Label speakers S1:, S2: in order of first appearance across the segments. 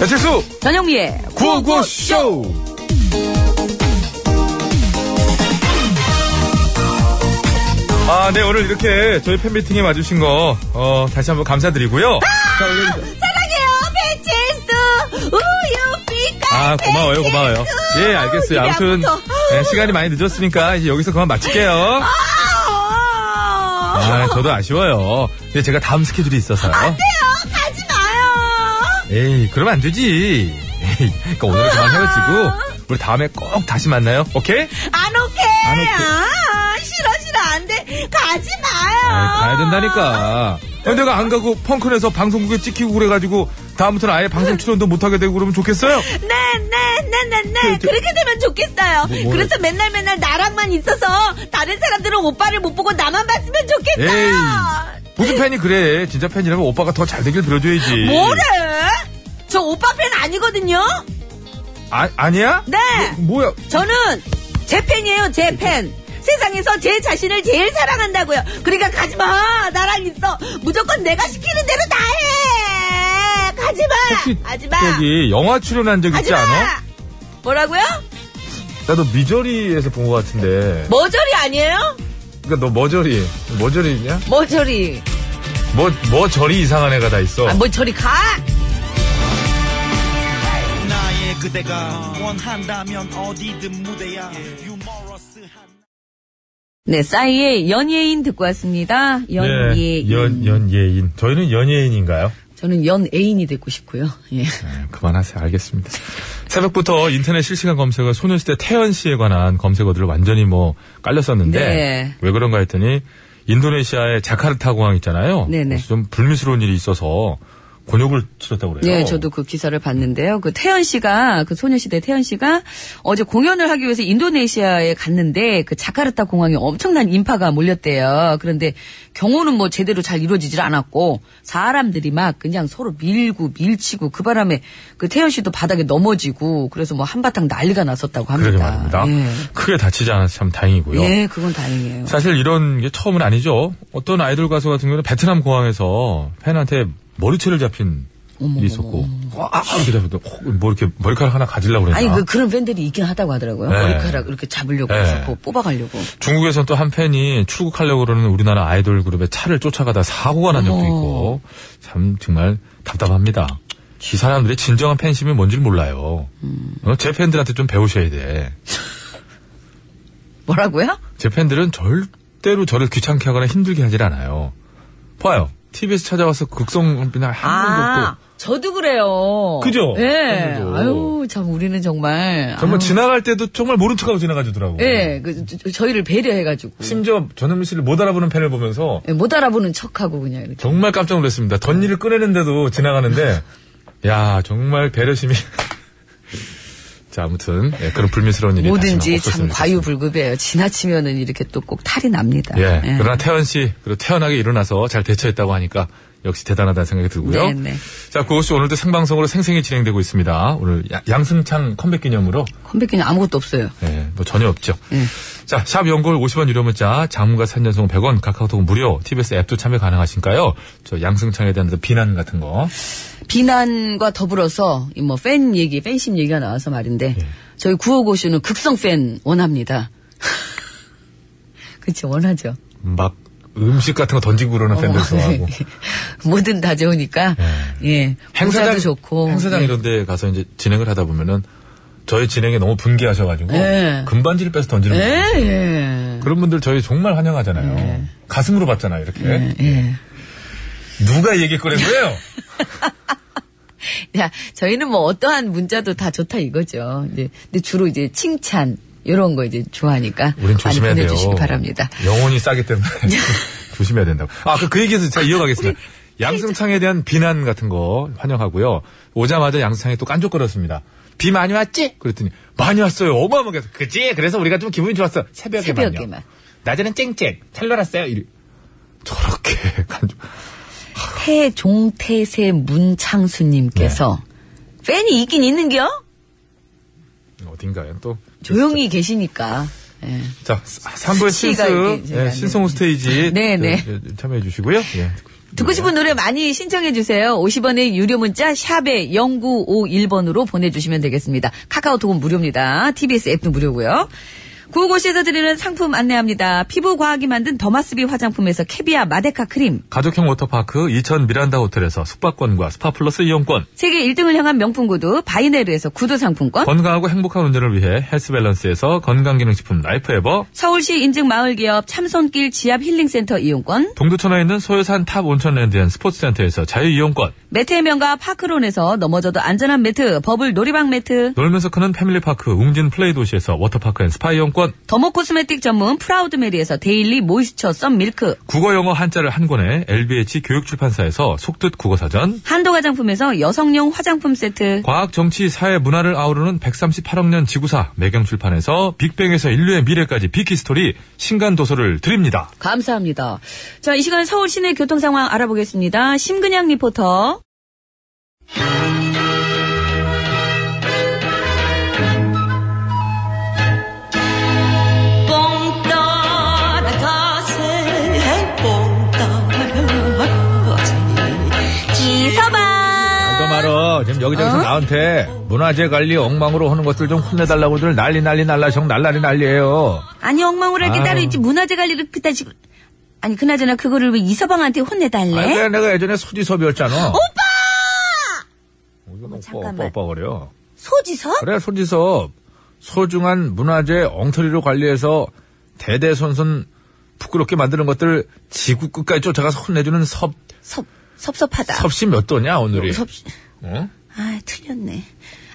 S1: 배칠수
S2: 전영미의
S1: 구호구쇼 아, 네, 오늘 이렇게 저희 팬미팅에 와주신 거, 어, 다시 한번 감사드리고요. 자, 우리-
S2: 배칠수 우유 삐까
S1: 아, 고마워요, 고마워요. 예, 알겠어요.
S2: 입이
S1: 아무튼,
S2: 아프죠?
S1: 네, 시간이 많이 늦었으니까 이제 여기서 그만 마칠게요.
S2: 어.
S1: 아, 저도 아쉬워요. 근데 제가 다음 스케줄이 있어서요.
S2: 가지 마요
S1: 에이, 그러면 안 되지. 에이, 그러니까 오늘은 그만 헤어지고, 우리 다음에 꼭 다시 만나요. 오케이?
S2: 안 오케이
S1: 안 오케이.
S2: 아, 싫어 싫어 안돼 가지 마요
S1: 아, 가야 된다니까. 아, 내가 안 가고 펑크내서 방송국에 찍히고 그래가지고 다음부터는 아예 방송 출연도 못하게 되고 그러면 좋겠어요?
S2: 네, 네네네네네 그렇게 되면 좋겠어요
S1: 뭐, 뭐래?
S2: 그래서 맨날 맨날 나랑만 있어서 다른 사람들은 오빠를 못 보고 나만 봤으면 좋겠어요
S1: 에이. 무슨 팬이 그래. 진짜 팬이라면 오빠가 더 잘 되길 빌어줘야지.
S2: 뭐래 저 오빠 팬 아니거든요
S1: 아, 아니야?
S2: 네
S1: 뭐야?
S2: 저는 제 팬이에요, 제 팬. 세상에서 제 자신을 제일 사랑한다고요. 그러니까 가지 마. 나랑 있어. 무조건 내가 시키는 대로 다 해. 가지 마.
S1: 혹시
S2: 가지 마.
S1: 저기 영화 출연한 적
S2: 가지
S1: 있지
S2: 마.
S1: 않아?
S2: 뭐라고요?
S1: 나도 미저리에서 본 것 같은데.
S2: 머저리 아니에요?
S1: 그러니까 너 머저리. 머저리냐?
S2: 머저리.
S1: 뭐, 머저리 이상한 애가 다 있어.
S2: 아, 뭐 저리 가.
S3: 나의 그대가 원한다면 어디든 무대야 유머러스한
S2: 네, 싸이의 연예인 듣고 왔습니다. 연예인.
S1: 예, 연, 연예인. 저희는 연예인인가요?
S2: 저는 연예인이 되고 싶고요. 예.
S1: 네, 그만하세요. 알겠습니다. 새벽부터 인터넷 실시간 검색어 소녀시대 태연 씨에 관한 검색어들 완전히 뭐 깔렸었는데
S2: 네.
S1: 왜 그런가 했더니 인도네시아의 자카르타 공항 있잖아요.
S2: 네네.
S1: 그래서 좀 불미스러운 일이 있어서 곤욕을 치렀다고 그래요.
S2: 네, 저도 그 기사를 봤는데요. 그 태연 씨가 그 소녀시대 태연 씨가 어제 공연을 하기 위해서 인도네시아에 갔는데 그 자카르타 공항에 엄청난 인파가 몰렸대요. 그런데 경호는 뭐 제대로 잘 이루어지질 않았고 사람들이 막 그냥 서로 밀고 밀치고 그 바람에 그 태연 씨도 바닥에 넘어지고 그래서 뭐 한바탕 난리가 났었다고 합니다.
S1: 그러게 말입니다.
S2: 예.
S1: 크게 다치지 않아서 참 다행이고요.
S2: 예, 그건 다행이에요.
S1: 사실 이런 게 처음은 아니죠. 어떤 아이돌 가수 같은 경우는 베트남 공항에서 팬한테 머리채를 잡힌 일이 있었고 아, 아, 이렇게 잡혔다. 혹, 뭐 이렇게 머리카락 하나 가지려고 그랬나.
S2: 아니 그 그런 팬들이 있긴 하다고 하더라고요.
S1: 네.
S2: 머리카락 이렇게 잡으려고
S1: 네.
S2: 자꾸 뽑아가려고.
S1: 중국에선 또 한 팬이 출국하려고 그러는 우리나라 아이돌 그룹의 차를 쫓아가다 사고가 난 적도
S2: 어머.
S1: 있고 참 정말 답답합니다. 이 사람들의 진정한 팬심이 뭔지 를 몰라요. 어? 제 팬들한테 좀 배우셔야 돼.
S2: 뭐라고요?
S1: 제 팬들은 절대로 저를 귀찮게 하거나 힘들게 하질 않아요. 봐요. TBS 찾아와서 극성비나 한 번도
S2: 아,
S1: 없고.
S2: 저도 그래요.
S1: 그죠?
S2: 예.
S1: 저도.
S2: 아유, 참, 우리는 정말.
S1: 정말
S2: 아유.
S1: 지나갈 때도 정말 모른 척하고 지나가주더라고요.
S2: 예, 그, 저, 저희를 배려해가지고.
S1: 심지어 전현미 씨를 못 알아보는 팬을 보면서
S2: 예, 못 알아보는 척하고 그냥 이렇게.
S1: 정말 깜짝 놀랐습니다. 덧니를 꺼내는데도 지나가는데, 야 정말 배려심이. 자 아무튼 예, 그런 불미스러운 일이
S2: 뭐든지
S1: 다시는
S2: 참
S1: 없었으면
S2: 과유불급해요. 지나치면은 이렇게 또 꼭 탈이 납니다.
S1: 좋겠습니다. 예, 그러나 태연 씨 그리고 태연하게 일어나서 잘 대처했다고 하니까 역시 대단하다는 생각이 들고요.
S2: 네, 네.
S1: 자 그것이 오늘도 생방송으로 생생히 진행되고 있습니다. 오늘 야- 양승창 컴백 기념으로
S2: 컴백 기념 아무것도 없어요.
S1: 예, 뭐 전혀 없죠.
S2: 예.
S1: 자, 샵 연골 50원 유료 문자, 장문과 3년송 100원, 카카오톡 무료, TBS 앱도 참여 가능하신가요? 저 양승창에 대한 그 비난 같은 거.
S2: 비난과 더불어서, 이 뭐, 팬 얘기, 팬심 얘기가 나와서 말인데,
S1: 예.
S2: 저희 구호고쇼는 극성 팬 원합니다. 그쵸, 원하죠. 네.
S1: 막 음식 같은 거 던지고 그러는 팬들 좋아하고.
S2: 어. 뭐든 다 좋으니까 예 행사도 좋고
S1: 행사장
S2: 예.
S1: 이런데 가서 이제 진행을 하다 보면은 저의 진행에 너무 분개하셔가지고
S2: 네.
S1: 금반지를 뺏어 던지는
S2: 예,
S1: 분들 계세요.
S2: 예.
S1: 그런 분들 저희 정말 환영하잖아요. 가슴으로 봤잖아요, 이렇게.
S2: 네. 예.
S1: 누가 얘기 꺼내고요?
S2: 야, 저희는 뭐 어떠한 문자도 다 좋다 이거죠. 이제 근데 주로 이제 칭찬 이런 거 이제 좋아하니까
S1: 우린
S2: 많이
S1: 조심해야 돼요.
S2: 보내주시기 바랍니다.
S1: 영혼이 싸기 때문에 조심해야 된다고. 아, 그, 그 얘기에서 제가 이어가겠습니다. 양승창에 대한 비난 같은 거 환영하고요. 오자마자 양승창이 또 깐족거렸습니다. 비 많이 왔지? 그랬더니 많이 왔어요. 어마어마하게. 해서, 그치? 그래서 우리가 좀 기분이 좋았어. 새벽에만요.
S2: 새벽에만.
S1: 낮에는 쨍쨍. 잘 놀았어요. 이리. 저렇게 깐족.
S2: 태종태세 문창수님께서
S1: 네.
S2: 팬이 있긴 있는겨?
S1: 어딘가에 또.
S2: 조용히 계시니까. 예.
S1: 자, 3부의
S2: 수치가
S1: 신스,
S2: 이렇게 이제
S1: 예,
S2: 안
S1: 신성호 스테이지.
S2: 네, 네.
S1: 참여해 주시고요. 예.
S2: 듣고 싶은 노래 많이 신청해 주세요. 50원의 유료 문자 샵에 0951번으로 보내주시면 되겠습니다. 카카오톡은 무료입니다. TBS 앱도 무료고요. 구호고시에서 드리는 상품 안내합니다. 피부과학이 만든 더마스비 화장품에서 캐비아 마데카 크림,
S1: 가족형 워터파크 이천 미란다 호텔에서 숙박권과 스파플러스 이용권,
S2: 세계 1등을 향한 명품 구두 바이네르에서 구두 상품권,
S1: 건강하고 행복한 운전을 위해 헬스밸런스에서 건강기능식품 라이프에버,
S2: 서울시 인증 마을기업 참손길 지압 힐링센터 이용권,
S1: 동두천에 있는 소요산 탑 온천랜드앤 스포츠센터에서 자유이용권,
S2: 매트의 명가 파크론에서 넘어져도 안전한 매트, 버블 놀이방 매트,
S1: 놀면서 크는 패밀리파크 웅진 플레이 도시에서 워터파크 앤 스파 이용권,
S2: 더모 코스메틱 전문 프라우드메리에서 데일리 모이스처 썸 밀크,
S1: 국어 영어 한자를 한 권에 LBH 교육출판사에서 속뜻 국어사전,
S2: 한도 화장품에서 여성용 화장품 세트,
S1: 과학, 정치, 사회, 문화를 아우르는 138억 년 지구사 매경출판에서 빅뱅에서 인류의 미래까지 비키스토리 신간도서를 드립니다.
S2: 감사합니다. 자, 이 시간 서울 시내 교통 상황 알아보겠습니다. 심근양 리포터. 기서방.
S1: 그거 말어. 지금 여기저기서 나한테 문화재 관리 엉망으로 하는 것들 좀 혼내달라고들 난리 난리 날라정 날라리 난리예요.
S2: 아니 엉망을 할 게
S1: 아유.
S2: 따로 있지 문화재 관리를 그딴 식으로 아니 그나저나 그거를 왜 이서방한테 혼내달래?
S1: 아, 그래 내가 예전에 소지섭이었잖아. 오빠! 이거 너무
S2: 잠깐만.
S1: 오빠 거려.
S2: 소지섭?
S1: 그래 소지섭 소중한 문화재 엉터리로 관리해서 대대손손 부끄럽게 만드는 것들 지구 끝까지 쫓아가서 혼내주는 섭
S2: 섭 섭섭하다.
S1: 섭씨 몇 도냐 오늘이?
S2: 섭씨.
S1: 어?
S2: 아 틀렸네.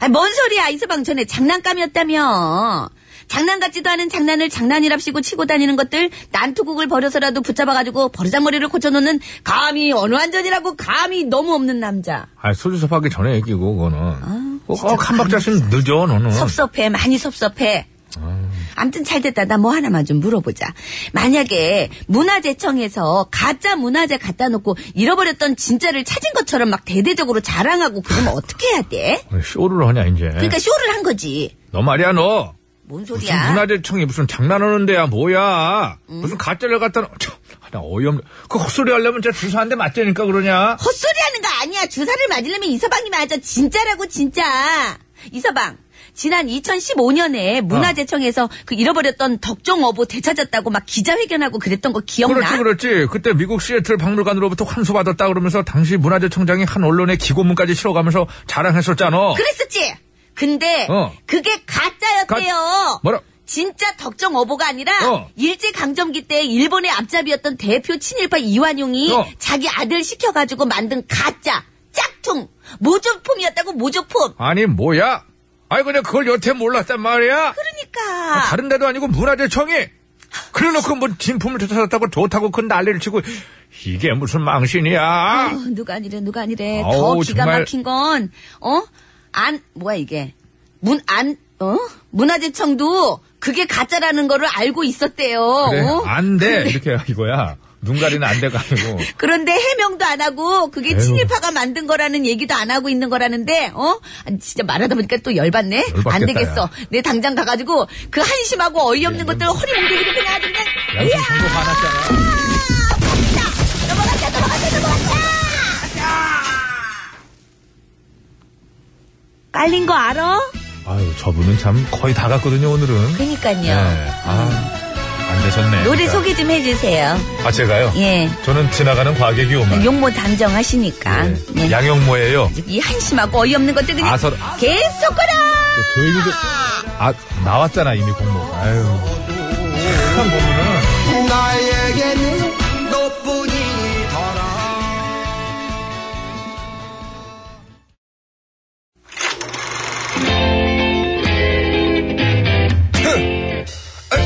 S2: 아 뭔 소리야 이서방 전에 장난감이었다며. 장난 같지도 않은 장난을 장난이랍시고 치고 다니는 것들 난투국을 벌여서라도 붙잡아가지고 버르장머리를 고쳐놓는 감히 어느 안전이라고 감히 너무 없는 남자.
S1: 아 소지섭 하기 전에 얘기고 그거는.
S2: 아, 진짜
S1: 꼭한 박자씩 늦어 너는.
S2: 섭섭해, 많이 섭섭해.
S1: 음.
S2: 암튼 잘 됐다. 나 뭐 하나만 좀 물어보자. 만약에 문화재청에서 가짜 문화재 갖다 놓고 잃어버렸던 진짜를 찾은 것처럼 막 대대적으로 자랑하고 그러면 어떻게 해야 돼?
S1: 왜 쇼를 하냐 이제.
S2: 그러니까 쇼를 한 거지.
S1: 너 말이야 너.
S2: 뭔
S1: 예. 무슨
S2: 소리야?
S1: 문화재청이 무슨 장난하는 데야 뭐야. 무슨 가짜를 갖다 놓. 참, 나 어이없네. 그 헛소리 하려면 제 주사 한 대 맞자니까 그러냐.
S2: 헛소리 하는 거 아니야. 주사를 맞으려면 이서방이 맞아. 진짜라고, 진짜. 이서방. 지난 2015년에 문화재청에서 그 잃어버렸던 덕종어보 되찾았다고 막 기자회견하고 그랬던 거 기억나?
S1: 그렇지 그렇지. 그때 미국 시애틀 박물관으로부터 환수 받았다 그러면서 당시 문화재청장이 한 언론에 기고문까지 실어가면서 자랑했었잖아.
S2: 그랬었지. 근데
S1: 어.
S2: 그게 가짜였대요.
S1: 뭐라?
S2: 진짜 덕정 어보가 아니라
S1: 어.
S2: 일제 강점기 때 일본의 앞잡이였던 대표 친일파 이완용이
S1: 어.
S2: 자기 아들 시켜가지고 만든 가짜 짝퉁 모조품이었다고 모조품.
S1: 아니 뭐야? 아니 그냥 그걸 여태 몰랐단 말이야.
S2: 그러니까
S1: 다른 데도 아니고 문화재청이 그래놓고 뭐 진품을 찾았다고 좋다고 그 난리를 치고 이게 무슨 망신이야.
S2: 어, 누가 아니래 누가 아니래 더
S1: 아우,
S2: 기가
S1: 정말.
S2: 막힌 건어안 뭐야 이게 문 안 어 문화재청도 그게 가짜라는 거를 알고 있었대요.
S1: 그래
S2: 어?
S1: 안 돼 이렇게 이거야. 눈 가리는 안 돼가 아니고
S2: 그런데 해명도 안 하고 그게
S1: 에휴.
S2: 친일파가 만든 거라는 얘기도 안 하고 있는 거라는데 어 아니, 진짜 말하다 보니까 또 열받네
S1: 열받겠다,
S2: 안 되겠어
S1: 야.
S2: 내 당장 가가지고 그 한심하고 어이없는 것들 허리 뭉개기로 그냥 아주 그냥
S1: 네, 양심 정도 화났잖아.
S2: 넘어갔다 넘어갔다 넘어갔다 깔린 거 알아?
S1: 아유 저분은 참 거의 다 갔거든요 오늘은.
S2: 그니까요
S1: 네. 아, 안
S4: 노래
S1: 되셨네. 네, 그러니까.
S4: 소개 좀 해주세요.
S1: 아, 제가요?
S4: 예.
S1: 저는 지나가는 과객이 오만.
S4: 용모 담정하시니까.
S1: 예.
S4: 예.
S1: 양용모예요.
S4: 이 한심하고 어이없는 것들 그냥
S1: 아서-
S4: 계속 거라.
S1: 저 얘기 좀- 아, 나왔잖아, 이미 공모. 아유. 참 보면은.
S5: 나에게는 너뿐이더라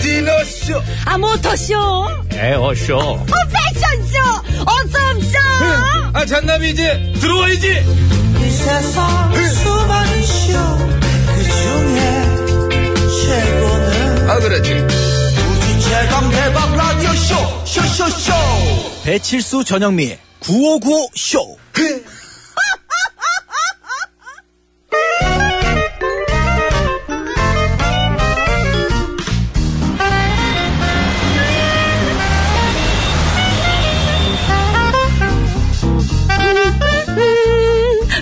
S6: 디너쇼
S4: 아 모터쇼,
S1: 에어쇼.
S4: 어, 패션쇼, 어쩜쇼.
S6: 아 잔남이 이제 들어와야지
S5: 이 세상 그 수많은 쇼그 중에 최고는
S6: 아 그렇지
S5: 우주 최강 대박 라디오 쇼 쇼쇼쇼
S3: 배칠수 전영미 9595 쇼.
S5: 그
S1: 네.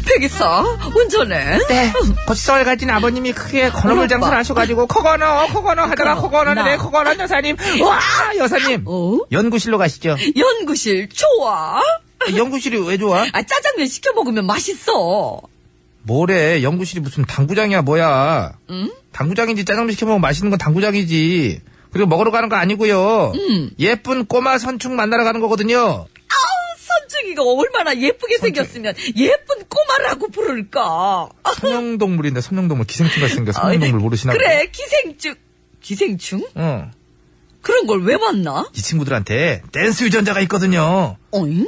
S2: 백이사 운전해.
S6: 네 겉설 가진 아버님이 크게 건어물
S2: 어렵다.
S6: 장사를 하셔가지고 코건어 코건어 하다가 코건어는
S2: 나.
S6: 내 코건어 여사님 와 여사님
S2: 어?
S6: 연구실로 가시죠
S2: 연구실 좋아.
S6: 연구실이 왜 좋아?
S2: 아 짜장면 시켜 먹으면 맛있어.
S6: 뭐래 연구실이 무슨 당구장이야 뭐야 당구장인지 짜장면 시켜먹으면 맛있는 건 당구장이지 그리고 먹으러 가는 거 아니고요 예쁜 꼬마 선충 만나러 가는 거거든요
S2: 선중이가 얼마나 예쁘게 생겼으면 예쁜 꼬마라고 부를까. 아,
S6: 선형동물인데 선형동물 기생충 같이 생겨 선형동물 모르시나
S2: 어, 그래 기생충. 기생충?
S6: 어.
S2: 그런 걸 왜 봤나?
S6: 이 친구들한테 댄스 유전자가 있거든요
S2: 어잉?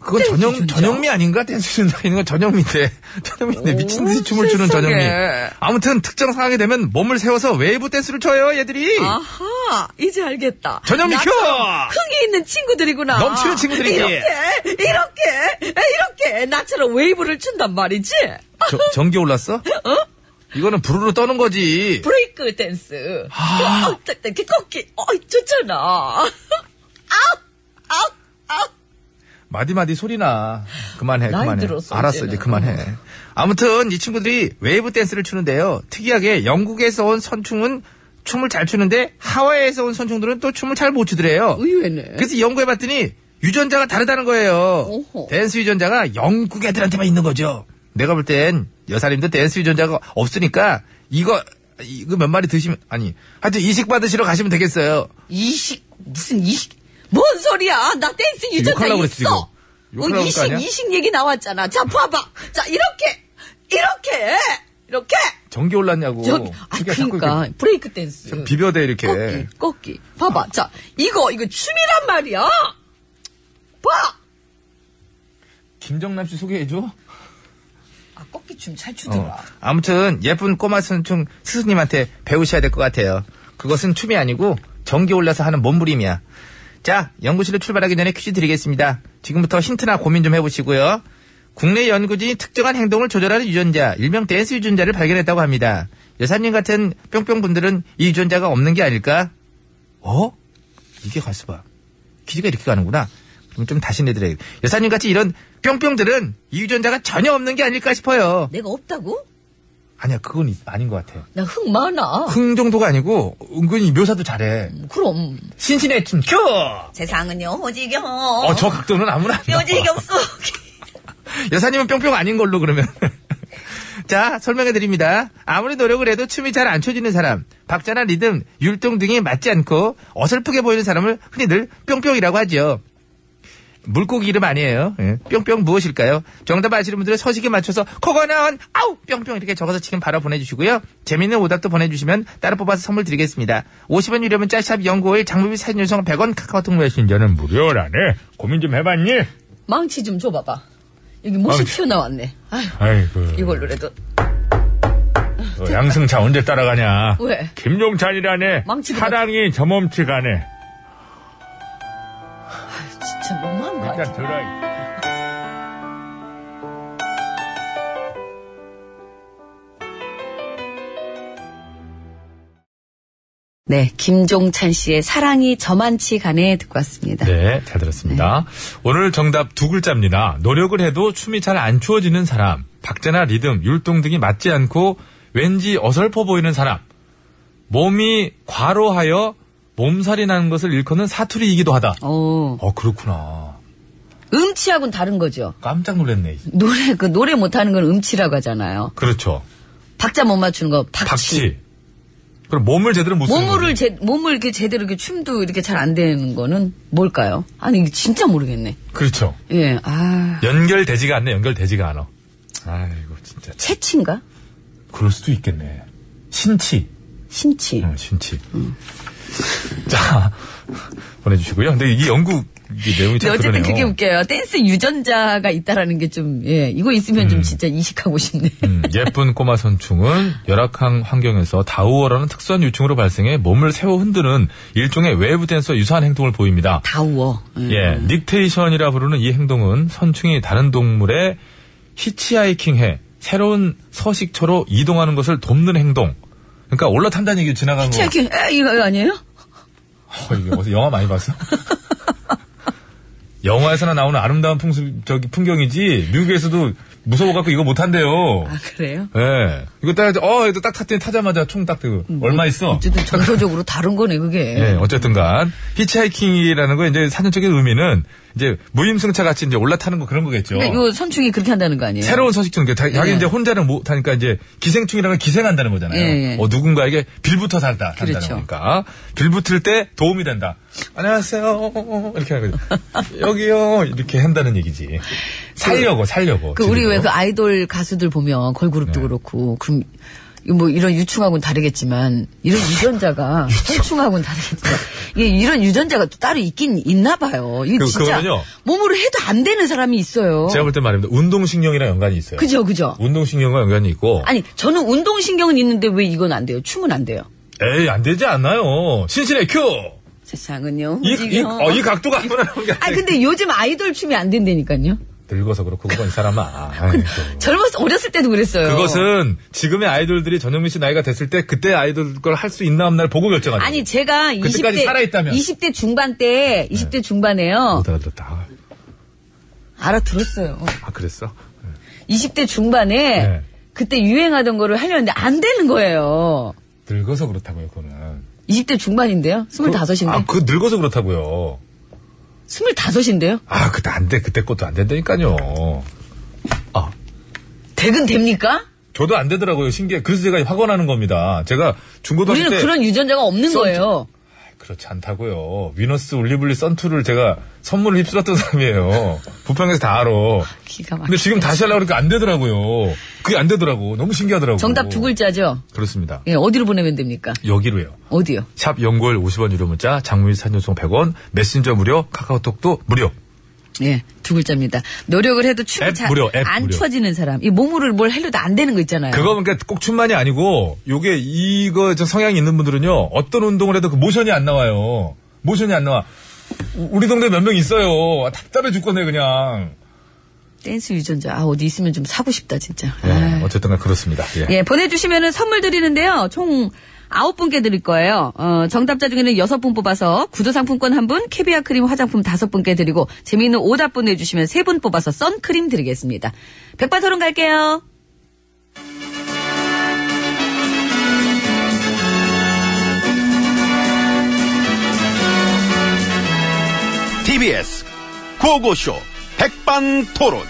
S6: 그건
S2: 댄스
S6: 전영,
S2: 유전자?
S6: 전영미 아닌가? 댄스 유전자가 있는 건 전영미인데 전영미인데 미친듯이
S2: 오,
S6: 춤을 추는
S2: 세상에.
S6: 전영미 아무튼 특정 상황이 되면 몸을 세워서 웨이브 댄스를 춰요 얘들이
S2: 아하, 이제 알겠다.
S6: 전현미 켜!
S2: 나처럼 흥이 있는 친구들이구나.
S6: 넘치는 친구들이지.
S2: 이렇게, 이렇게, 이렇게 나처럼 웨이브를 춘단 말이지.
S6: 저- 전기 올랐어? 이거는 부르르 떠는 거지
S2: 브레이크 댄스. 아, 이렇게 꺾기. 어, 좋잖아.
S6: 마디마디 소리나 그만해
S2: 나이
S6: 그만해
S2: 들었어,
S6: 알았어
S2: 이제는.
S6: 이제 그만해 아무튼 이 친구들이 웨이브 댄스를 추는데요 특이하게 영국에서 온 선충은 춤을 잘 추는데 하와이에서 온 선충들은 또 춤을 잘 못 추더래요
S2: 의외네.
S6: 그래서 연구해봤더니 유전자가 다르다는 거예요
S2: 어허.
S6: 댄스 유전자가 영국 애들한테만 있는 거죠 내가 볼 땐 여사님도 댄스 유전자가 없으니까 이거 이거 몇 마리 드시면 아니 하여튼 이식 받으시러 가시면 되겠어요
S2: 이식, 무슨 이식. 뭔 소리야? 나 댄스 유전자
S6: 욕하려고 그랬지, 지금.
S2: 있어.
S1: 욕하려고 그런 거
S2: 이식,
S1: 아니야?
S2: 이식 얘기 나왔잖아. 자, 봐봐. 자, 이렇게, 이렇게, 이렇게.
S1: 전기 올랐냐고.
S2: 저기, 아,
S1: 그러니까 자꾸
S2: 그러니까 어, 예.
S1: 이렇게
S2: 브레이크 댄스.
S1: 비벼대, 이렇게.
S2: 꺾기, 꺾기. 봐봐. 자, 이거, 이거 춤이란 말이야. 봐!
S1: 김정남 씨 소개해줘?
S2: 아, 꺾기 춤 잘
S6: 어.
S2: 추더라.
S6: 아무튼 예쁜 꼬마 선충 스승님한테 배우셔야 될 것 같아요. 그것은 춤이 아니고 전기 올려서 하는 몸부림이야. 자, 연구실로 출발하기 전에 퀴즈 드리겠습니다. 지금부터 힌트나 고민 좀 해보시고요. 국내 연구진이 특정한 행동을 조절하는 유전자, 일명 댄스 유전자를 발견했다고 합니다. 여사님 같은 뿅뿅 분들은 이 유전자가 없는 게 아닐까? 어? 이게 가수 봐. 퀴즈가 이렇게 가는구나. 그럼 좀 다시 내드려요. 여사님 같이 이런 뿅뿅들은 이 유전자가 전혀 없는 게 아닐까 싶어요.
S2: 내가 없다고?
S6: 아니야, 그건 이- 아닌 것 같아.
S2: 나 흥 많아.
S6: 흥 정도가 아니고, 은근히 묘사도 잘해.
S2: 그럼.
S6: 신신의 춤, 큐!
S4: 세상은요, 호지경.
S6: 어, 저 각도는 아무나 안 나와.
S4: 호지경 속.
S6: 여사님은 뿅뿅 아닌 걸로, 그러면. 자, 설명해 드립니다. 아무리 노력을 해도 춤이 잘 안춰지는 사람, 박자나 리듬, 율동 등이 맞지 않고 어설프게 보이는 사람을 흔히들 뿅뿅이라고 하죠. 물고기 이름 아니에요. 예. 뿅뿅 무엇일까요? 정답 아시는 분들은 서식에 맞춰서 코거는 아우 뿅뿅 이렇게 적어서 지금 바로 보내주시고요. 재밌는 오답도 보내주시면 따로 뽑아서 선물 드리겠습니다. 50원 유료 문자 샵 연구일 장무비 사진 요청 100원 카카오톡 메신저는 무료라네. 고민 좀 해봤니?
S2: 망치 좀 줘봐봐. 여기 못이
S1: 망치.
S2: 튀어나왔네. 아휴,
S1: 아이고.
S2: 이걸로라도.
S1: 어, 양승차 언제 따라가냐?
S2: 왜?
S1: 김종찬이라네.
S2: 망치도
S1: 사랑이 저멈치가네.
S2: 진짜 너무한 거
S1: 일단
S2: 아니야?
S1: 들어.
S2: 네, 김종찬 씨의 사랑이 저만치 간에 듣고 왔습니다.
S1: 네, 잘 들었습니다. 오늘 정답 두 글자입니다. 노력을 해도 춤이 잘 안 추어지는 사람, 박자나 리듬, 율동 등이 맞지 않고 왠지 어설퍼 보이는 사람, 몸이 과로하여 몸살이 나는 것을 일컫는 사투리이기도 하다.
S2: 어.
S1: 어, 그렇구나.
S2: 음치하고는 다른 거죠.
S1: 깜짝 놀랐네.
S2: 노래, 그 노래 못하는 건 음치라고 하잖아요.
S1: 그렇죠.
S2: 박자 못 맞추는 거 박치.
S1: 박치. 그럼 몸을 제대로 못 쓰는
S2: 몸을,
S1: 거지.
S2: 제, 몸을 이렇게 제대로 이렇게 춤도 이렇게 잘 안 되는 거는 뭘까요? 아니, 이거 진짜 모르겠네.
S1: 그렇죠.
S2: 예, 아.
S1: 연결되지가 않네. 연결되지가 않아. 아이고 진짜.
S2: 채치인가?
S1: 그럴 수도 있겠네. 신치.
S2: 신치.
S1: 응, 신치.
S2: 음.
S1: 자 보내주시고요. 근데 이 연구 이 내용이
S2: 근데
S1: 참 그러네요.
S2: 어쨌든 그게 웃겨요. 댄스 유전자가 있다라는 게 좀, 예, 이거 있으면 좀 진짜 인식하고 싶네.
S1: 음, 예쁜 꼬마 선충은 열악한 환경에서 다우어라는 특수한 유충으로 발생해 몸을 세워 흔드는 일종의 웨이브 댄스와 유사한 행동을 보입니다.
S2: 다우어. 예.
S1: 예, 닉테이션이라 부르는 이 행동은 선충이 다른 동물의 히치하이킹해 새로운 서식처로 이동하는 것을 돕는 행동. 그러니까 올라탄다는 얘기 지나가는 거.
S2: 이렇게, 에, 이거 아니에요?
S1: 어, 이게 어디서 영화 많이 봤어? 영화에서나 나오는 아름다운 풍수, 저기 풍경이지 미국에서도 무서워갖고 이거 못한대요.
S2: 아, 그래요?
S1: 예. 이거 딱, 어, 이거 딱 탔더니 타자마자 총 딱 뜨고. 얼마 있어?
S2: 음, 뭐, 어쨌든 정서적으로 다른 거네, 그게.
S1: 예, 어쨌든 간. 히치하이킹이라는 거 이제 사전적인 의미는 이제 무임승차 같이 이제 올라타는 거 그런 거겠죠.
S2: 그러니까 요 선충이 그렇게 한다는 거 아니에요?
S1: 새로운 서식처, 그러니까 자- 자기
S2: 예.
S1: 이제 혼자는 못하니까 이제 기생충이라는 건 기생한다는 거잖아요.
S2: 예, 예.
S1: 어, 누군가에게 빌붙어 살다. 산다는
S2: 그렇죠.
S1: 거니까. 빌붙을 때 도움이 된다. 안녕하세요. 이렇게 하는 거죠. 여기요. 이렇게 한다는 얘기지. 살려고, 살려고.
S2: 그 우리
S1: 지금도.
S2: 왜 그 아이돌 가수들 보면 걸그룹도
S1: 네.
S2: 그렇고 그럼 이뭐 이런 유충하고는 다르겠지만 이런 유전자가 해충하고는 다르겠지만 이게 이런 유전자가 또 따로 있긴 있나 봐요. 이게
S1: 그-
S2: 진짜
S1: 그거는요.
S2: 몸으로 해도 안 되는 사람이 있어요.
S1: 제가 뭐. 볼 때 말입니다. 운동신경이랑 연관이 있어요.
S2: 그죠 그죠.
S1: 운동신경과 연관이 있고.
S2: 아니 저는 운동신경은 있는데 왜 이건 안 돼요? 춤은 안 돼요.
S1: 에이, 안 되지 않나요? 신신의 큐!
S2: 세상은요.
S1: 이, 이,
S2: 움직여.
S1: 어, 이 각도가 안 나오는 게
S2: 아
S1: 아니
S2: 근데 요즘 아이돌 춤이 안 된다니까요.
S1: 늙어서 그렇고, 그건 이 사람아. 아이, 또.
S2: 젊었을 어렸을 때도 그랬어요.
S1: 그것은 지금의 아이돌들이 전영민 씨 나이가 됐을 때 그때 아이돌 걸 할 수 있나 없나를 보고 결정하죠.
S2: 아니 제가 20대
S1: 그때까지 살아있다면. 네.
S2: 20대 중반 때 20대 중반에요.
S1: 못 알아들었다.
S2: 알아들었어요.
S1: 아 그랬어?
S2: 20대 중반에
S1: 네.
S2: 그때 유행하던 거를 하려는데 안 되는 거예요.
S1: 늙어서 그렇다고요, 그거는.
S2: 20대 중반인데요? 25인데?
S1: 아, 그 늙어서 그렇다고요.
S2: 25인데요?
S1: 아, 그때 안 돼. 그때 것도 안 된다니까요.
S2: 되긴 됩니까?
S1: 저도 안 되더라고요. 신기해. 그래서 제가 화가 나는 겁니다. 제가 중고등학교
S2: 우리는
S1: 때
S2: 그런 유전자가 없는
S1: 썬-
S2: 거예요.
S1: 그렇지 않다고요. 위너스 올리블리 선투를 제가 선물을 휩쓸었던 사람이에요. 부평에서 다 알아.
S2: 기가 막혀.
S1: 근데 지금 다시 하려고 그러니까 안 되더라고요. 그게 안 되더라고. 너무 신기하더라고요.
S2: 정답 두 글자죠?
S1: 그렇습니다.
S2: 예, 어디로 보내면 됩니까?
S1: 여기로요.
S2: 어디요?
S1: 샵 연골 50원 유료 문자, 장미 산요송 100원, 메신저 무료, 카카오톡도 무료.
S2: 예, 두 글자입니다. 노력을 해도
S1: 앱
S2: 춤이
S1: 무료, 앱
S2: 잘안
S1: 무료.
S2: 추어지는 사람. 이 몸으로 뭘 해도 안 되는 거 있잖아요.
S1: 그거 그러니까 꼭 춤만이 아니고 요게 이거 저 성향이 있는 분들은요. 어떤 운동을 해도 그 모션이 안 나와요. 모션이 안 나와. 우- 우리 동네 몇 명 있어요. 아, 답답해 죽겠네 그냥.
S2: 댄스 유전자. 아, 어디 있으면 좀 사고 싶다, 진짜.
S1: 예,
S2: 아.
S1: 어쨌든 간 그렇습니다. 예.
S2: 예, 보내주시면은 선물 드리는데요. 총 아홉 분께 드릴 거예요. 어, 정답자 중에는 여섯 분 뽑아서 구두상품권 한 분, 캐비아 크림 화장품 다섯 분께 드리고, 재미있는 오답 보내주시면 세 분 뽑아서 선크림 드리겠습니다. 백반토론 갈게요.
S5: TBS 구호고쇼 백반토론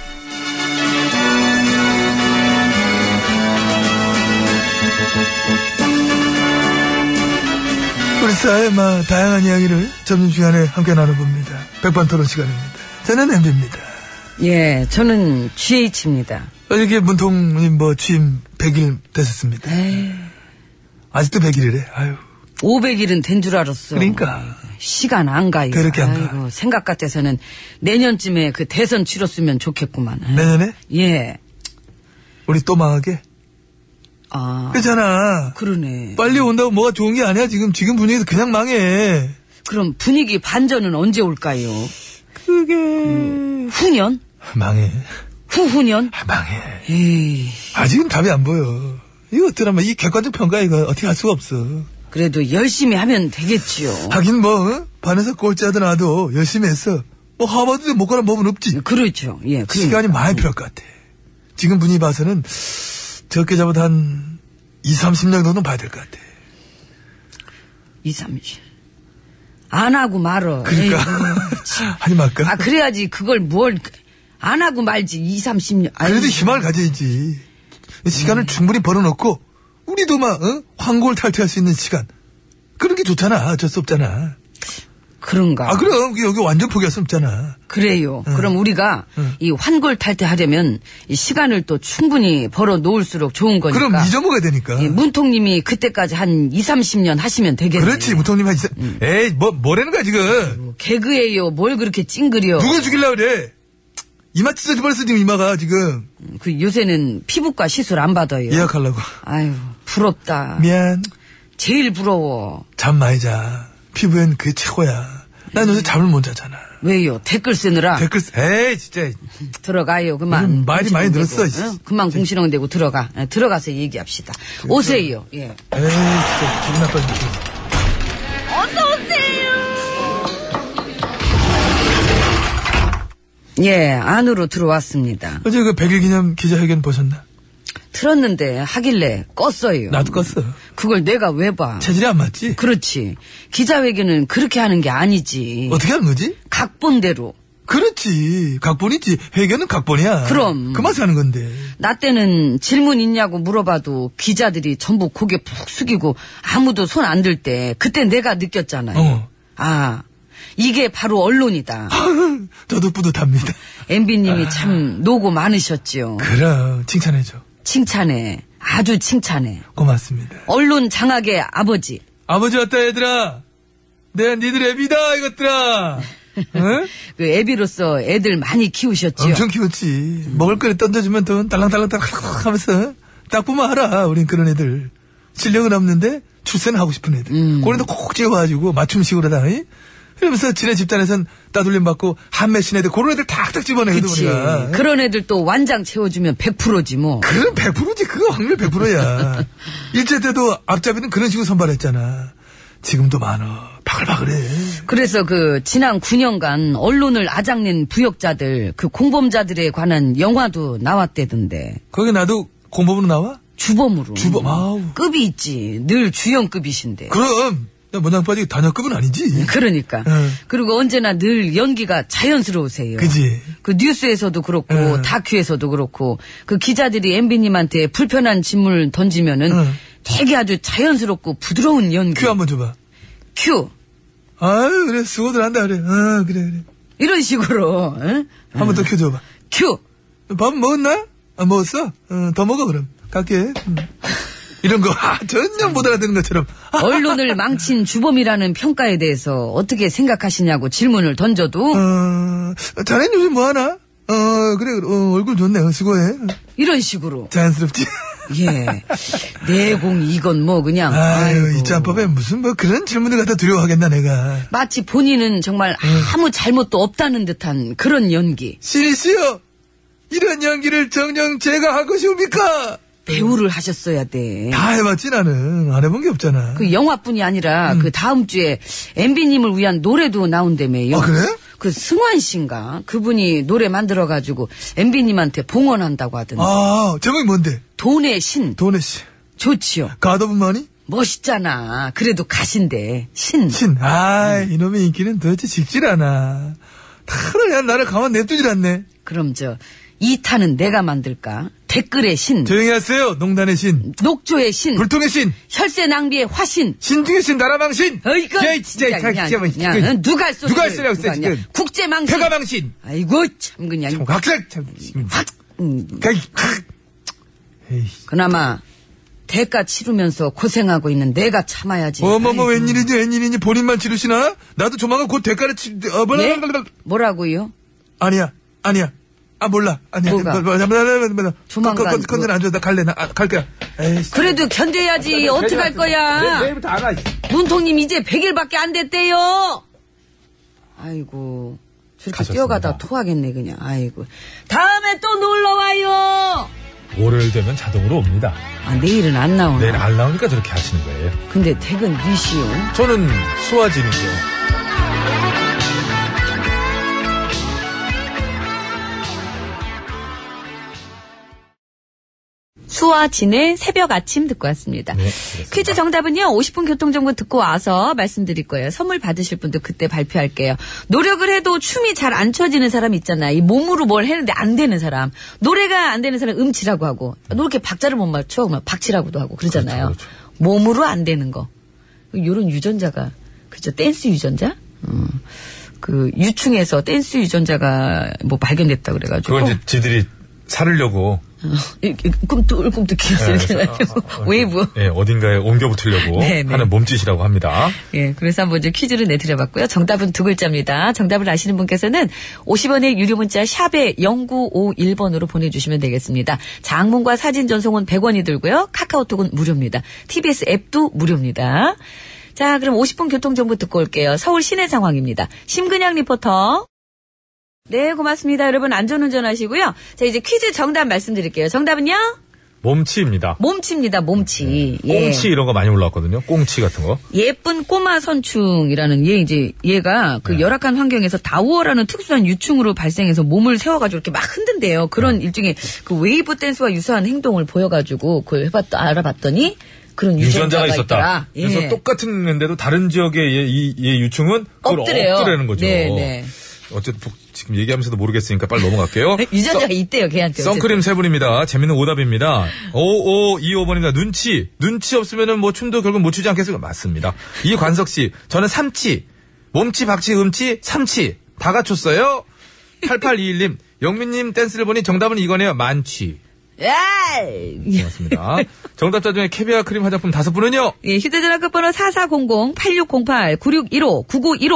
S7: 우리 사회의 마- 다양한 이야기를 점심시간에 함께 나눠봅니다. 백반토론 시간입니다. 저는 엠비입니다.
S2: 예, 저는 GH입니다.
S7: 어저께 문통님 뭐 취임 100일 됐었습니다. 네. 아직도 100일이래. 아유.
S2: 500일은 된 줄 알았어.
S7: 그러니까.
S2: 시간 안 가요.
S7: 그렇게 안 가.
S2: 아이고, 생각 같아서는 내년쯤에 그 대선 치렀으면 좋겠구만. 아이,
S7: 내년에
S2: 예.
S7: 우리 또 망하게?
S2: 아,
S7: 그렇잖아.
S2: 그러네.
S7: 빨리 온다고 뭐가 좋은 게 아니야. 지금, 지금 분위기에서 그냥 망해.
S2: 그럼 분위기 반전은 언제 올까요? 그게 후년?
S7: 망해.
S2: 후후년?
S7: 아, 망해.
S2: 에이,
S7: 아, 지금 답이 안 보여. 이거 어쩌라면 이 객관적 평가 이거 어떻게 할 수가 없어.
S2: 그래도 열심히 하면 되겠지요.
S7: 하긴 뭐, 어? 반에서 꼴찌하던 아도 열심히 했어. 뭐 하버드도 못 가는 법은 없지.
S2: 그렇죠. 예, 그러니까.
S7: 시간이 많이 필요할 것 같아. 지금 분위기 봐서는 적게 잡아도 한 2, 30년 정도는 봐야 될 것 같아.
S2: 2, 30. 안 하고 말어.
S7: 그러니까
S2: 에이,
S7: 하지 말까?
S2: 아, 그래야지 그걸 뭘 안 하고 말지. 2, 30년.
S7: 그래도 희망을 가져야지.
S2: 음.
S7: 시간을 충분히 벌어놓고 우리도 막 어? 황골 탈퇴할 수 있는 시간. 그런 게 좋잖아. 어쩔 수 없잖아.
S2: 그런가.
S7: 아 그럼 여기 완전 포기할 수 없잖아.
S2: 그래요. 그럼 우리가 이 환골 탈퇴하려면 이 시간을 또 충분히 벌어 놓을수록 좋은 거니까.
S7: 그럼 잊어먹어야 되니까.
S2: 그러니까. 예, 문통님이 그때까지 한 2, 30년 하시면 되겠네.
S7: 그렇지 무통님 하지.
S2: 음.
S7: 에이 뭐 뭐라는 거야 지금.
S2: 개그예요. 뭘 그렇게 찡그려.
S7: 누가 죽일라 그래. 이마 찢어져 버렸어 지금 이마가 지금
S2: 그 요새는 피부과 시술 안 받아요.
S7: 예약하려고.
S2: 아유, 부럽다.
S7: 미안.
S2: 제일 부러워.
S7: 잠 많이 자. 피부엔 그게 최고야. 난 요새 잠을 못 자잖아.
S2: 왜요? 댓글 쓰느라
S7: 댓글 쓰- 에이 진짜
S2: 들어가요. 그만.
S7: 요즘 말이 많이
S2: 공시렁대고.
S7: 늘었어, 진짜.
S2: 응? 그만 공신원되고 들어가. 예, 들어가서 얘기합시다. 오세요. 예.
S7: 에이 진짜 기분 나빠 죽겠어.
S2: 예, 안으로 들어왔습니다.
S7: 어제 그 100일 기념 기자회견 보셨나?
S2: 들었는데 하길래 껐어요.
S7: 나도 껐어.
S2: 그걸 내가 왜 봐?
S7: 체질이 안 맞지?
S2: 그렇지. 기자회견은 그렇게 하는 게 아니지.
S7: 어떻게 한 거지?
S2: 각본대로.
S7: 그렇지. 각본이지. 회견은 각본이야.
S2: 그럼.
S7: 그 맛에 하는 건데.
S2: 나 때는 질문 있냐고 물어봐도 기자들이 전부 고개 푹 숙이고 아무도 손 안 들 때 그때 내가 느꼈잖아요.
S7: 어.
S2: 아, 이게 바로 언론이다.
S7: 저도 뿌듯합니다. 아.
S2: MB님이 참 노고 많으셨지요.
S7: 그럼 칭찬해줘.
S2: 칭찬해. 아주 칭찬해.
S7: 고맙습니다.
S2: 언론 장악의 아버지.
S7: 아버지 왔다 얘들아. 내가 니들 애비다 이것들아. 응?
S2: 그 애비로서 애들 많이 키우셨지요.
S7: 엄청 키웠지. 먹을 거를 던져주면 돈 딸랑딸랑딸랑 하면서 딱 보면 알아. 우린 그런 애들. 실력은 없는데 출세는 하고 싶은 애들. 그런데 콕콕 찍어가지고 맞춤식으로 다. 이? 그러면서 지네 집단에선 따돌림 받고 한매 신애들 그런 애들 탁탁 집어내거든
S2: 그치.
S7: 우리가. 그...
S2: 그런 애들 또 완장 채워주면 100%지 뭐.
S7: 그건 100%지. 그거 확률 100%야. 일제 때도 앞잡이는 그런 식으로 선발했잖아. 지금도 많어. 바글바글해.
S2: 그래서 그 지난 9년간 언론을 아장낸 부역자들, 그 공범자들에 관한 영화도 나왔대던데.
S7: 거기 나도 공범으로 나와?
S2: 주범으로.
S7: 주범, 아우.
S2: 급이 있지. 늘
S7: 예.
S2: 주연급이신데.
S7: 그럼 나 모양 빠지게 단역급은 아니지.
S2: 그... 러니까
S7: 응.
S2: 그리고 언제나 늘 연기가 자연스러우세요.
S7: 예. 그지? 예.
S2: 그 뉴스에서도 그렇고
S7: 응.
S2: 다큐에서도 그렇고 그 기자들이 엠비님한테 불편한 질문을 던지면은
S7: 응.
S2: 되게 아주 자연스럽고 부드러운 연기.
S7: 예. 큐 한번 줘봐.
S2: 큐.
S7: 아유 그래 수고들 한다 그래 어 그래 그래
S2: 이런 식으로. 응?
S7: 한 번 더
S2: 네.
S7: 켜줘봐
S2: 큐.
S7: 밥 먹었나? 아, 먹었어? 어, 더 먹어 그럼 갈게 음. 이런 거 아, 전혀 못 알아듣는 것처럼 아,
S2: 언론을 망친 주범이라는 평가에 대해서 어떻게 생각하시냐고 질문을 던져도
S7: 어, 자넨 요즘 뭐하나? 어 그래 그래. 어, 얼굴 좋네 어, 수고해 어,
S2: 이런 식으로
S7: 자연스럽지
S2: 예 내공 이건 뭐 그냥
S7: 아유
S2: 아이고.
S7: 이 짬밥에 무슨 뭐 그런 질문을 갖다 두려워하겠나 내가
S2: 마치 본인은 정말 아무 잘못도 없다는 듯한 그런 연기
S7: 신이씨요 이런 연기를 정녕 제가 하고 싶습니까?
S2: 배우를 하셨어야 돼.
S7: 다 해봤지 나는 안 해본 게 없잖아
S2: 그 영화뿐이 아니라 그 다음 주에 엠비님을 위한 노래도 나온다며요.
S7: 아, 그래?
S2: 그 승환 씨인가 그분이 노래 만들어가지고 엠비님한테 봉헌한다고 하던데
S7: 아 제목이 뭔데?
S2: 돈의 신
S7: 도네씨
S2: 좋지요.
S7: 가더분만이
S2: 멋있잖아. 그래도 가신데 신.
S7: 신, 아 이놈의 인기는 도대체 식질 않아. 다들 그냥 나를 가만 냅두질 않네.
S2: 그럼 저 2탄은 내가 만들까? 댓글의 신,
S7: 조용히 하세요, 농단의 신.
S2: 녹조의 신,
S7: 불통의 신,
S2: 혈세 낭비의 화신.
S7: 신중의 신, 나라망신.
S2: 어이구
S7: 예, 진짜,
S2: 그냥,
S7: 진짜,
S2: 그냥,
S7: 진짜.
S2: 응? 누가 할 소리?
S7: 누가 할 소리야, 진짜, 지금.
S2: 국제망신.
S7: 폐가망신.
S2: 아이고 참 그냥
S7: 학살, 참.
S2: 확. 음,
S7: 가- 크.
S2: 그나마 대가 치르면서 고생하고 있는 내가 참아야지.
S7: 어머머,
S2: 아이고.
S7: 웬일이니, 웬일이니, 본인만 치르시나? 나도 조만간 곧 대가를 치, 어, 뭐라,
S2: 예?
S7: 뭐라, 뭐라.
S2: 뭐라고요?
S7: 아니야, 아니야. 아, 몰라. 아니야.
S2: 뭐가?
S7: 뭐, 뭐, 뭐, 뭐, 뭐, 뭐.
S2: 조만간
S7: 건, 건, 건, 건전 안 줘. 나 갈래. 나, 아, 갈 거야. 에이, 씨.
S2: 그래도 견뎌야지. 어떡할 거야?
S6: 내일부터 안 와. 씨.
S2: 문통님 이제 100일밖에 안 됐대요. 아이고. 저렇게
S1: 가셨습니다.
S2: 뛰어가다 토하겠네 그냥. 아이고. 다음에 또 놀러 와요.
S1: 월요일 되면 자동으로 옵니다.
S2: 아 내일은 안 나오나.
S1: 내일 안 나오니까 저렇게 하시는 거예요.
S2: 근데 퇴근 미시오.
S1: 저는 수화진인데요.
S2: 수와 진의 새벽 아침 듣고 왔습니다.
S1: 네,
S2: 퀴즈 정답은요. 50분 교통정보 듣고 와서 말씀드릴 거예요. 선물 받으실 분도 그때 발표할게요. 노력을 해도 춤이 잘 안 춰지는 사람 있잖아. 이 몸으로 뭘 했는데 안 되는 사람. 노래가 안 되는 사람 음치라고 하고 노렇게 박자를 못 맞춰 그러면 박치라고도 하고 그러잖아요.
S1: 그렇죠,
S2: 몸으로 안 되는 거. 요런 유전자가 그죠 댄스 유전자? 음. 그 유충에서 댄스 유전자가 뭐 발견됐다 그래가지고
S1: 그건 이제 지들이 살으려고
S2: 어, 이렇게
S1: 네,
S2: 꿈틀꿈틀 이렇게 해가지고 뭐, 웨이브.
S1: 어, 예, 어딘가에 옮겨 붙으려고
S2: 네, 네.
S1: 하는 몸짓이라고 합니다.
S2: 예, 그래서 한번 이제 퀴즈를 내드려봤고요. 정답은 두 글자입니다. 정답을 아시는 분께서는 50원의 유료 문자 샵에 0951번으로 보내주시면 되겠습니다. 장문과 사진 전송은 100원이 들고요. 카카오톡은 무료입니다. TBS 앱도 무료입니다. 자, 그럼 50분 교통정보 듣고 올게요. 서울 시내 상황입니다. 심근양 리포터. 네, 고맙습니다. 여러분 안전운전 하시고요. 자, 이제 퀴즈 정답 말씀드릴게요. 정답은요?
S1: 몸치입니다.
S2: 몸치입니다, 몸치. 예.
S1: 꽁치 이런 거 많이 올라왔거든요. 꽁치 같은 거.
S2: 예쁜 꼬마 선충이라는 얘 이제 얘가 그 열악한 환경에서 다우어라는 특수한 유충으로 발생해서 몸을 세워가지고 이렇게 막 흔든대요. 그런 일종의 그 웨이브 댄스와 유사한 행동을 보여가지고 그걸 해봤다 알아봤더니 그런 유전자가, 있더라. 예.
S1: 그래서 똑같은 데도 다른 지역의 얘, 이, 얘 유충은 그걸
S2: 엎드려요.
S1: 엎드려는 거죠.
S2: 네, 네.
S1: 어쨌든 복- 지금 얘기하면서도 모르겠으니까 빨리 넘어갈게요.
S2: 유전자가
S1: 써-
S2: 있대요 걔한테.
S1: 선크림 세 분입니다. 재밌는 오답입니다. 5525번입니다. 눈치. 눈치 없으면은 뭐 춤도 결국 못 추지 않겠어요? 맞습니다. 이관석 씨. 저는 삼치. 몸치, 박치, 음치, 삼치. 다 갖췄어요. 8821님. 영민님 댄스를 보니 정답은 이거네요. 만취.
S2: 에이!
S1: 맞습니다. 정답자 중에 캐비아 크림 화장품 다섯 분은요.
S2: 예, 휴대전화 끝번호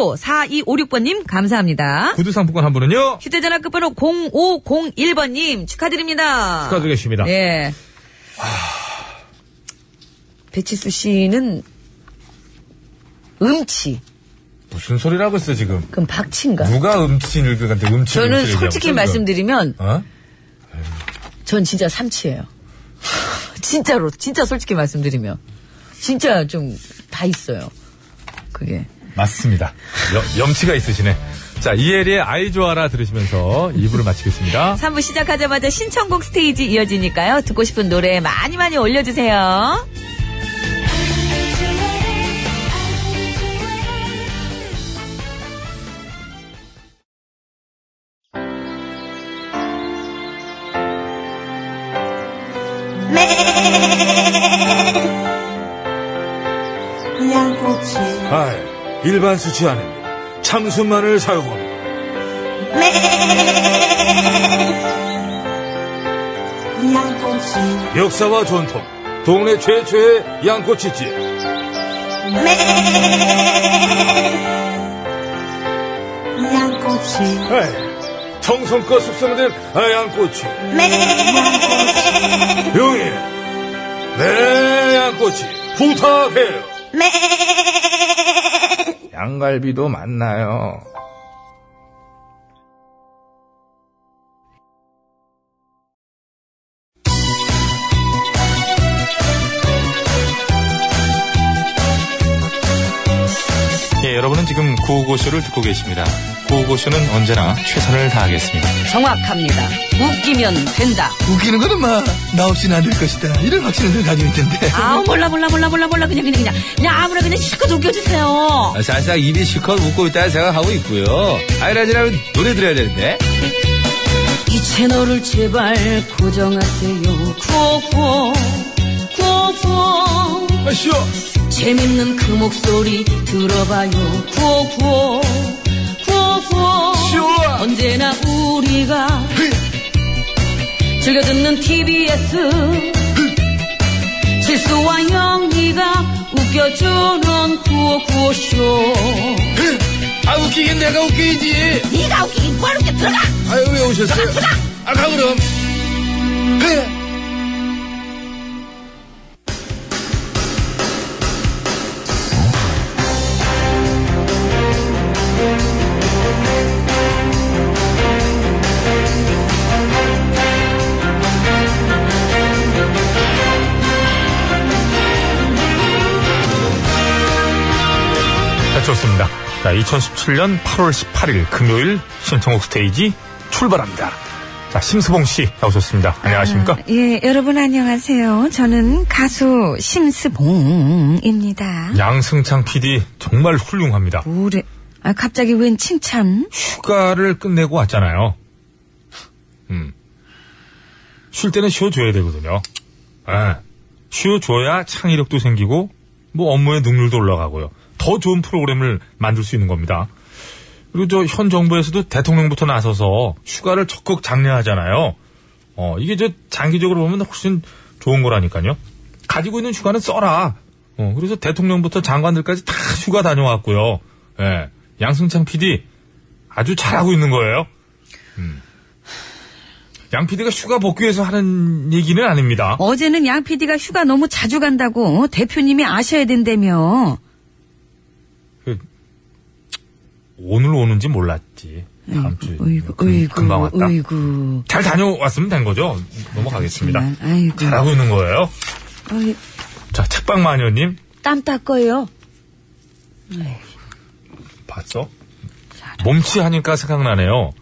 S2: 4400-8608-9615-9915-4256번님 감사합니다.
S1: 구두 상품권 한 분은요.
S2: 휴대전화 끝번호 0501번님 축하드립니다.
S1: 축하드리겠습니다.
S2: 예. 배치수 씨는 음치,
S1: 무슨 소리라고 했어 지금?
S2: 그럼 박치인가?
S1: 누가 음치를 그한테 음치?
S2: 저는 솔직히 말씀드리면
S1: 어?
S2: 전 진짜 삼치예요. 진짜로, 진짜 솔직히 말씀드리면 진짜 좀 다 있어요. 그게.
S1: 맞습니다. 염, 염치가 있으시네. 자, 이혜리의 아이 좋아라 들으시면서 2부를 마치겠습니다.
S2: 3부 시작하자마자 신청곡 스테이지 이어지니까요. 듣고 싶은 노래 많이 많이 올려주세요.
S3: 아, 일반 수치 아닙니다. 참순만을 사용합니다. 역사와 전통, 동네 최초의 양꼬치집. 아, 정성껏 숙성된 아, 양꼬치. 용인, 내 네, 양꼬치 부탁해요.
S6: 양갈비도 만나요.
S1: 예, 여러분은 지금 구호고쇼를 듣고 계십니다. 구호고쇼는 언제나 최선을 다하겠습니다.
S2: 정확합니다. 웃기면 된다.
S7: 웃기는 거는 막나 없이는 안 될 것이다. 이런 확신을 늘 가지고 있던데.
S2: 아우 몰라 몰라 몰라 몰라 몰라 그냥 그냥 그냥 그냥 아무나 그냥 실컷 웃겨주세요.
S6: 사실상 입이 실컷 웃고 있다는 생각하고 있고요. 아이라지라면 노래 들어야 되는데.
S2: 이 채널을 제발 고정하세요. 구호구호 구호구호
S1: 아시오!
S2: 재밌는 그 목소리 들어봐요. 구호구호 구호구호 언제나 우리가 즐겨 듣는 TBS 실수와 영리가 웃겨주는 구호구호쇼.
S6: 아, 웃기긴 내가 웃기지.
S4: 네가 웃기긴 뭘 웃겨 들어가
S6: 아유, 왜 오셨어요? 아, 가, 그럼.
S1: 자, 네, 좋습니다. 자, 2017년 8월 18일 금요일 신청곡 스테이지 출발합니다. 자, 심수봉 씨 나오셨습니다. 안녕하십니까?
S2: 아,
S8: 예,
S2: 네.
S8: 여러분 안녕하세요. 저는 가수
S1: 네.
S8: 심스봉입니다.
S1: 양승창 PD 정말 훌륭합니다.
S2: 우레. 아, 갑자기 웬 칭찬?
S1: 휴가를 끝내고 왔잖아요. 음. 쉴 때는 쉬어줘야 되거든요. 예. 쉬어줘야 창의력도 생기고, 뭐 업무의 능률도 올라가고요. 더 좋은 프로그램을 만들 수 있는 겁니다. 그리고 저 현 정부에서도 대통령부터 나서서 휴가를 적극 장려하잖아요. 어, 이게 저 장기적으로 보면 훨씬 좋은 거라니까요. 가지고 있는 휴가는 써라. 어, 그래서 대통령부터 장관들까지 다 휴가 다녀왔고요. 예. 양승창 PD 아주 잘하고 있는 거예요. 음. 양 PD가 휴가 복귀해서 하는 얘기는 아닙니다.
S2: 어제는 양 PD가 휴가 너무 자주 간다고 대표님이 아셔야 된다며.
S1: 오늘 오는지 몰랐지. 다음 주에
S2: 어이구,
S1: 금-
S2: 어이구,
S1: 금방 왔다.
S2: 어이구.
S1: 잘 다녀왔으면 된 거죠. 넘어가겠습니다.
S2: 정말, 아이고.
S1: 잘하고 있는 거예요.
S2: 어이,
S1: 자, 책방 마녀님
S2: 땀 닦어요.
S1: 봤어? 몸치 하니까 생각나네요.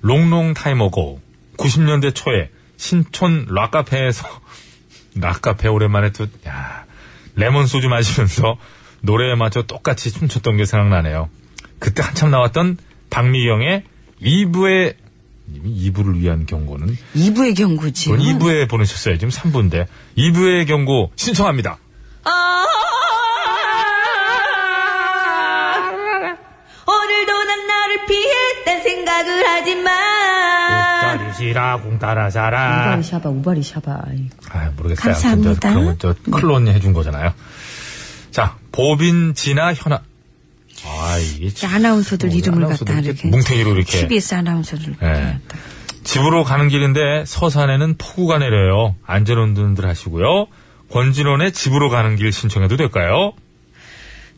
S1: 롱롱 타임어고 90년대 초에 신촌 락카페에서 락카페 오랜만에 또 야, 레몬 소주 마시면서 노래에 맞춰 똑같이 춤췄던 게 생각나네요. 그때 한참 나왔던 박미경의 2부의 2부를 위한 경고는
S2: 2부의 경고지.
S1: 어, 이건 2부에 보내셨어요. 지금 3부인데 2부의 경고 신청합니다.
S2: 아!
S4: 오늘도 난 나를 피했단 생각을 하지
S1: 어,
S4: 마.
S1: 시라 공따라 자라.
S2: 우바리 샤바, 우바리 샤바. 아이고.
S1: 아, 모르겠어요.
S8: 감사합니다. 네.
S1: 아무튼 저 그런 건저 클론이 해준 거잖아요. 자, 보빈, 진아, 현아. 아, 이게
S8: 이제
S1: 참.
S8: 아나운서들
S1: 어,
S8: 이름을
S1: 아나운서들
S8: 갖다
S1: 이렇게
S8: 이렇게
S1: 뭉탱이로 이렇게.
S8: TBS 아나운서들
S1: 예. 집으로 가는 길인데 서산에는 폭우가 내려요. 안전운전들 하시고요. 권진원의 집으로 가는 길 신청해도 될까요?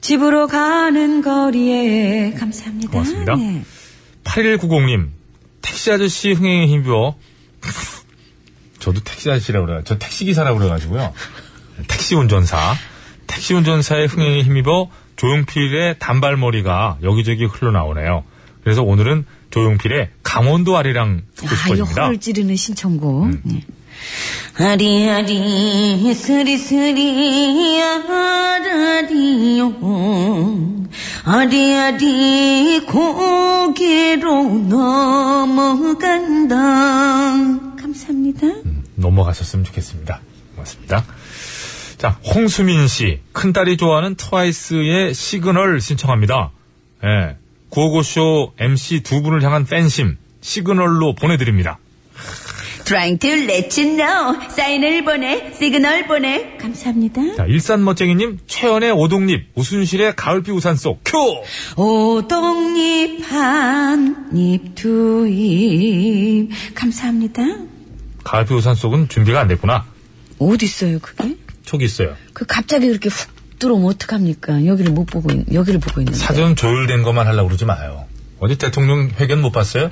S8: 집으로 가는 거리에 감사합니다.
S1: 고맙습니다.
S8: 네.
S1: 8190님, 택시 아저씨 흥행에 힘입어. 저도 택시 아저씨라고 그래요. 저 택시기사라고 그래가지고요. 택시 운전사. 택시 운전사의 흥행에 힘입어 조용필의 단발머리가 여기저기 흘러나오네요. 그래서 오늘은 조용필의 강원도 아리랑 듣고
S2: 아, 이
S1: 싶어집니다. 음.
S2: 허를 찌르는 신청곡. 네. 아리아리, 스리스리, 아라리요. 아, 아리아리, 고개로 넘어간다. 감사합니다.
S1: 넘어갔었으면 좋겠습니다. 고맙습니다. 자, 홍수민 씨. 큰딸이 좋아하는 트와이스의 시그널 신청합니다. 예. 구호고쇼 MC 두 분을 향한 팬심. 시그널로 보내드립니다.
S4: Trying to let you know. 사인을 보내, 시그널 보내.
S8: 감사합니다.
S1: 자, 일산 멋쟁이님, 최연의 오동잎, 우순실의 가을비 우산 속, 큐!
S8: 오동잎 한잎 두잎 감사합니다.
S1: 가을비 우산 속은 준비가 안 됐구나.
S2: 어딨어요, 그게?
S1: 촉이 있어요.
S2: 그 갑자기 그렇게 훅 들어오면 어떡합니까? 여기를 못 보고, 있, 여기를 보고 있는데.
S1: 사전 조율된 것만 하려고 그러지 마요. 어디 대통령 회견 못 봤어요?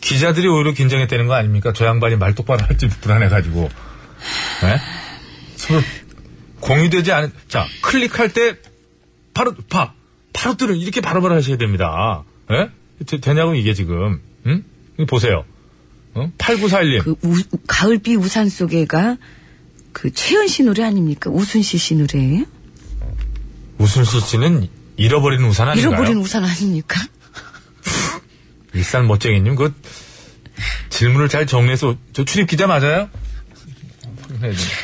S1: 기자들이 오히려 긴장했다는 거 아닙니까? 저 양반이 말 똑바로 할지 불안해가지고. 네? 서로 공유되지 않은, 자, 클릭할 때, 바로, 봐! 바로 뜨는, 이렇게 바로바로 하셔야 됩니다. 예? 되, 되냐고, 이게 지금. 응? 이거 보세요. 어? 8941님.
S2: 그 우- 가을비 우산 속에가 그 최연 씨 노래 아닙니까? 우순실 씨 노래예요?
S1: 우순실 씨는 잃어버린 우산 아닌가요?
S2: 잃어버린 우산 아닙니까?
S1: 일산 멋쟁이님 그 질문을 잘 정리해서 저 출입 기자 맞아요?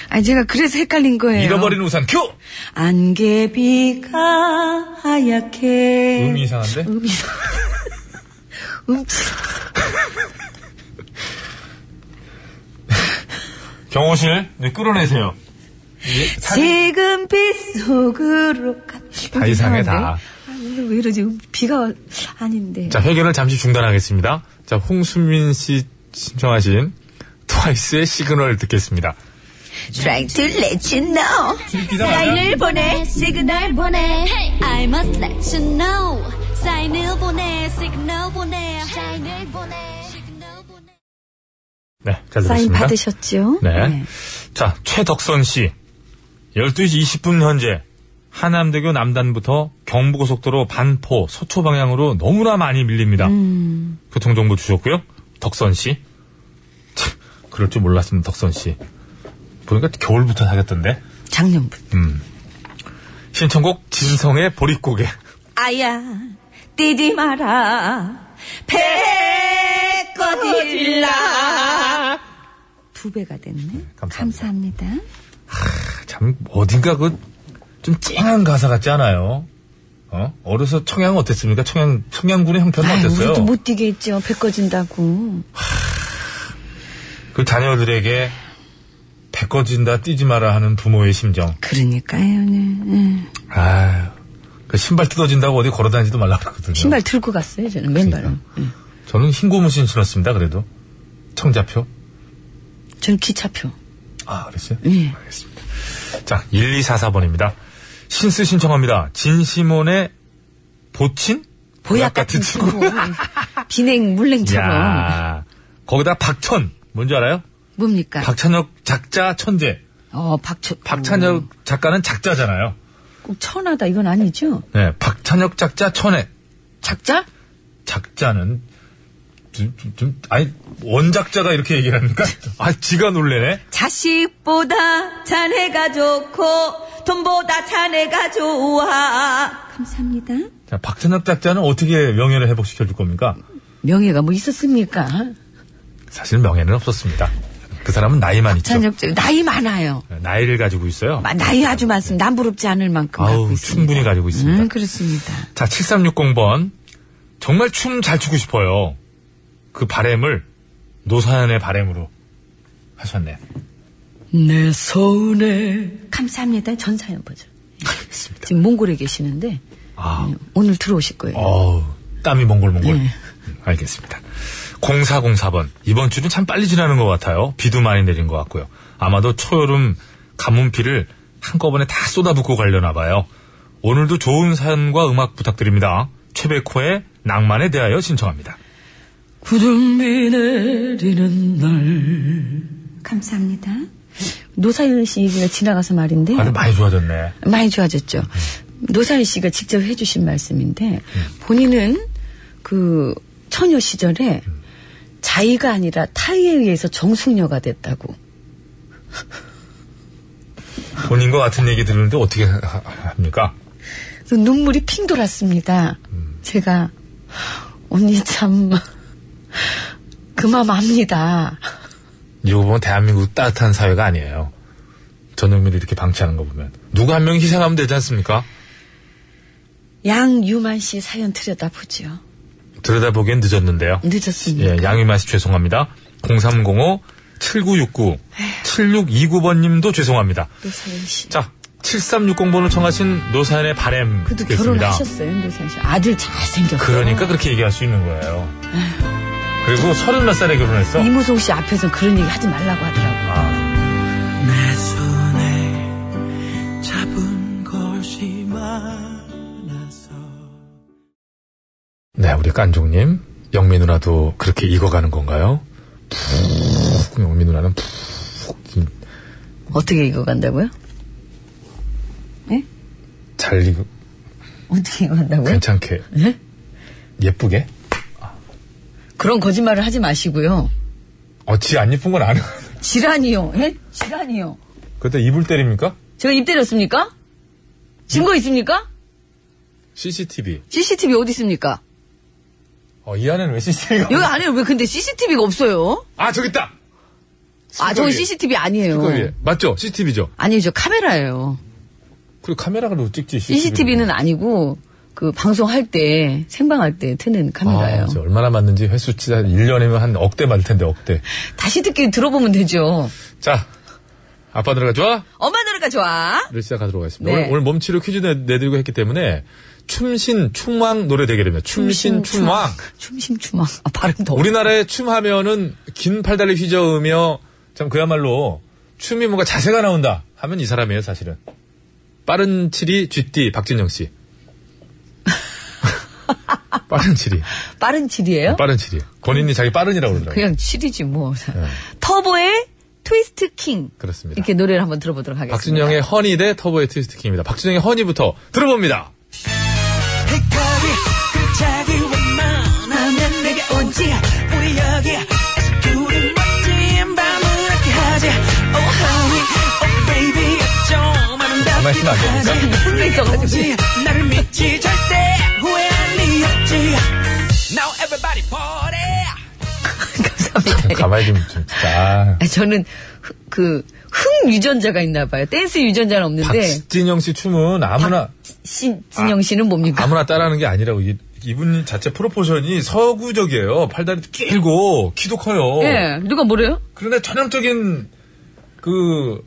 S2: 아 제가 그래서 헷갈린 거예요.
S1: 잃어버린 우산 큐!
S2: 안개비가 하얗게
S1: 음이 이상한데?
S2: 음이 음
S1: 경호실 네, 끌어내세요.
S2: 지금 빗속으로 가-
S1: 다 이상해 다.
S2: 아, 오늘 왜 이러지? 비가 와- 아닌데.
S1: 자 회견을 잠시 중단하겠습니다. 자 홍수민 씨 신청하신 트와이스의 시그널 듣겠습니다.
S4: Trying to let you know.
S1: 기자 맞아요?
S4: 사인을 보내, 시그널 보내.
S9: I must let you know. 사인을 보내, 시그널 보내. 사인을 보내, 시그널 보내.
S1: 네, 잘
S2: 사인
S1: 들었습니다.
S2: 받으셨죠?
S1: 네. 자, 최덕선 씨. 12시 20분 현재 하남대교 남단부터 경부고속도로
S2: 음.
S1: 반포 서초 방향으로 너무나 많이 밀립니다. 교통정보 주셨고요. 덕선 씨. 그럴 줄 몰랐으면 덕선 씨. 보니까 겨울부터 사귀었던데.
S2: 작년부터.
S1: 음. 신청곡 진성의 보릿고개.
S8: 아야, 뛰지 마라. 배꺼질라.
S2: 두 배가 됐네.
S1: 감사합니다.
S8: 감사합니다.
S1: 참 어딘가 그 좀 찡한 가사 같지 않아요? 어? 어려서 청양은 어땠습니까? 청양 청양군의 형편은
S2: 아유,
S1: 어땠어요?
S2: 우리도 못 뛰겠죠. 배 꺼진다고.
S1: 그 자녀들에게 배꺼진다 뛰지 마라 하는 부모의 심정.
S2: 그러니까요, 네. 응.
S1: 아유, 그 신발 뜯어진다고 어디 걸어다니지도 말라 그러거든요.
S2: 신발 들고 갔어요, 저는.
S1: 그러니까.
S2: 맨발로. 응.
S1: 저는 흰 고무신 신었습니다. 그래도 청자표.
S2: 저는 기차표.
S1: 아, 그랬어요?
S2: 예.
S1: 알겠습니다. 자, 1244번입니다. 신스 신청합니다. 진시몬의 보친?
S2: 보약 같은 친구. 예. 비냉 물냉처럼.
S1: 야 거기다 박천. 뭔지 알아요?
S2: 뭡니까?
S1: 박찬혁 작자 천재.
S2: 어, 박천.
S1: 박찬혁 작가는 작자잖아요.
S2: 꼭 천하다, 이건 아니죠?
S1: 네, 박찬혁 작자 천혜.
S2: 작자?
S1: 작자는 좀, 좀, 좀 아니 원작자가 이렇게 얘기를 합니까? 아 지가 놀래네.
S8: 자식보다 자네가 좋고, 돈보다 자네가 좋아. 감사합니다.
S1: 자 박찬혁 작자는 어떻게 명예를 회복시켜 줄 겁니까?
S2: 명예가 뭐 있었습니까?
S1: 사실 명예는 없었습니다. 그 사람은 나이만 있죠.
S2: 찬혁, 나이 많아요.
S1: 네, 나이를 가지고 있어요.
S2: 마- 나이 아주 많습니다. 남부럽지 않을 만큼 갖고
S1: 아우
S2: 있습니다.
S1: 충분히 가지고 있습니다.
S2: 음, 그렇습니다.
S1: 자 7360번 정말 춤 잘 추고 싶어요. 그 바램을 노사연의 바램으로 하셨네.
S2: 내 손에
S8: 감사합니다. 전사연 버전.
S1: 알겠습니다.
S2: 지금 몽골에 계시는데
S1: 아
S2: 오늘 들어오실 거예요.
S1: 어우, 땀이 몽골몽골.
S2: 네.
S1: 음, 알겠습니다. 0404번. 이번 주는 참 빨리 지나는 것 같아요. 비도 많이 내린 것 같고요. 아마도 초여름 가뭄비를 한꺼번에 다 쏟아붓고 가려나 봐요. 오늘도 좋은 사연과 음악 부탁드립니다. 최백호의 낭만에 대하여 신청합니다.
S2: 구름이 내리는 날
S8: 감사합니다.
S2: 노사연 씨 얘기가 지나가서 말인데
S1: 아주 많이 좋아졌네.
S2: 많이 좋아졌죠. 노사연 씨가 직접 해주신 말씀인데 본인은 그 처녀 시절에 자의가 아니라 타의에 의해서 정숙녀가 됐다고.
S1: 본인과 같은 얘기 들으는데 어떻게 하- 하- 합니까?
S2: 그래서 눈물이 핑 돌았습니다. 제가 언니 참 그맘 압니다.
S1: 이거 보면 대한민국 따뜻한 사회가 아니에요. 전용민을 이렇게 방치하는 거 보면. 누구 한 명 희생하면 되지 않습니까?
S2: 양유만 씨 사연 들여다보죠.
S1: 들여다보기엔 늦었는데요.
S2: 늦었습니다.
S1: 예, 양유만 씨 죄송합니다. 0305 7969 7629번 님도 죄송합니다.
S2: 노사연 씨.
S1: 자, 7360번을 청하신 노사연의 바램
S2: 그래도
S1: 듣겠습니다.
S2: 결혼하셨어요, 노사연 씨. 아들 잘생겼고.
S1: 그러니까 그렇게 얘기할 수 있는 거예요. 그리고 서른 몇 살에 결혼했어?
S2: 이무송 씨 앞에서 그런 얘기 하지 말라고 하더라고.
S1: 아,
S5: 내 손에 잡은 것이 많아서
S1: 네, 우리 깐종님. 영미 누나도 그렇게 익어가는 건가요? 푹, 영미 누나는 푹,
S2: 어떻게 익어간다고요?
S1: 잘 익어,
S2: 어떻게 익어간다고요?
S1: 괜찮게,
S2: 예?
S1: 예쁘게?
S2: 그런 거짓말을 하지 마시고요.
S1: 어찌 안 예쁜 건 아는.
S2: 지란이요, 예? 지란이요.
S1: 그때 이불 때립니까?
S2: 제가 입 때렸습니까?
S1: 뭐?
S2: 증거 있습니까?
S1: CCTV.
S2: CCTV 어디 있습니까?
S1: 어, 이 안에는 왜 CCTV가?
S2: 여기 안에 왜 근데 CCTV가 없어요?
S1: 아, 저기 있다!
S2: 아, 저건 CCTV 아니에요.
S1: 거기에. 맞죠? CCTV죠?
S2: 아니죠, 카메라예요.
S1: 그리고 카메라로 찍지, CCTV.
S2: CCTV는 아니고, 그, 방송할 때, 생방할 때 트는 카메라예요.
S1: 아, 이제 얼마나 맞는지 횟수치다 1년이면 한 억대 맞을 텐데, 억대.
S2: 다시 듣기 들어보면 되죠.
S1: 자, 아빠 노래가 좋아?
S2: 엄마 노래가 좋아.
S1: 를 시작하도록 하겠습니다.
S2: 네.
S1: 오늘, 오늘 몸치료 퀴즈 내, 내드리고 했기 때문에, 춤신, 춤왕 노래 대결입니다. 춤신, 춤왕.
S2: 춤심추망. 아, 발음도. 우리...
S1: 우리나라의 춤하면은, 긴 팔다리 휘저으며, 참, 그야말로, 춤이 뭔가 자세가 나온다. 하면 이 사람이에요, 사실은. 빠른 치리, 쥐띠, 박진영 씨. 빠른 치리.
S2: 빠른 질이에요?
S1: 아, 빠른 칠이. 본인이 자기 빠른이라고 어? 그러더라고요.
S2: 그냥 질이지, 뭐. 터보의 트위스트 킹.
S1: 네. 그렇습니다.
S2: 이렇게 노래를 한번 들어보도록 하겠습니다.
S1: 박준영의 허니 대 터보의 트위스트 킹입니다. 박준영의 허니부터 들어봅니다.
S5: 거기 글자기 원만하면 내게 오지 Oh, 우리 여기 에서 둘이 멋진 밤을
S1: 가만 있으면 안 돼.
S2: 흥이 있어가지고.
S5: 나를 믿지 절대 후회할 리 없지 Now everybody party
S2: 감사합니다.
S1: 가만히 좀, 좀 진짜.
S2: 아, 저는 흥- 그, 흥 유전자가 있나 봐요. 댄스 유전자는 없는데.
S1: 박진영 씨 춤은 아무나,
S2: 신, 진영 씨는 뭡니까?
S1: 아무나 따라하는 게 아니라고. 이, 이분 자체 프로포션이 서구적이에요. 팔다리도 길고, 키도 커요.
S2: 예, 누가 뭐래요?
S1: 그런데 전형적인, 그,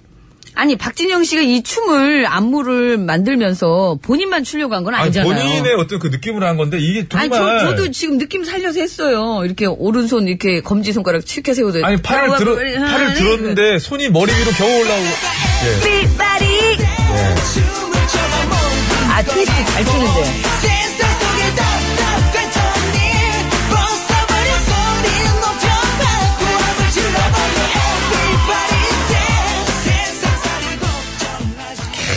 S2: 아니, 박진영 씨가 이 춤을, 안무를 만들면서 본인만 추려고 한 건
S1: 아니,
S2: 아니잖아요.
S1: 본인의 어떤 그 느낌으로 한 건데, 이게 정말.
S2: 아니, 저, 저도 지금 느낌 살려서 했어요. 이렇게 오른손 이렇게 검지 손가락 치켜 세우듯.
S1: 아니, 팔을 들어,
S2: 아,
S1: 팔을 들었는데, 손이 머리 위로 겨우 올라오고. 예.
S4: 삐빠리
S2: 아, 트위스트 잘 추는데.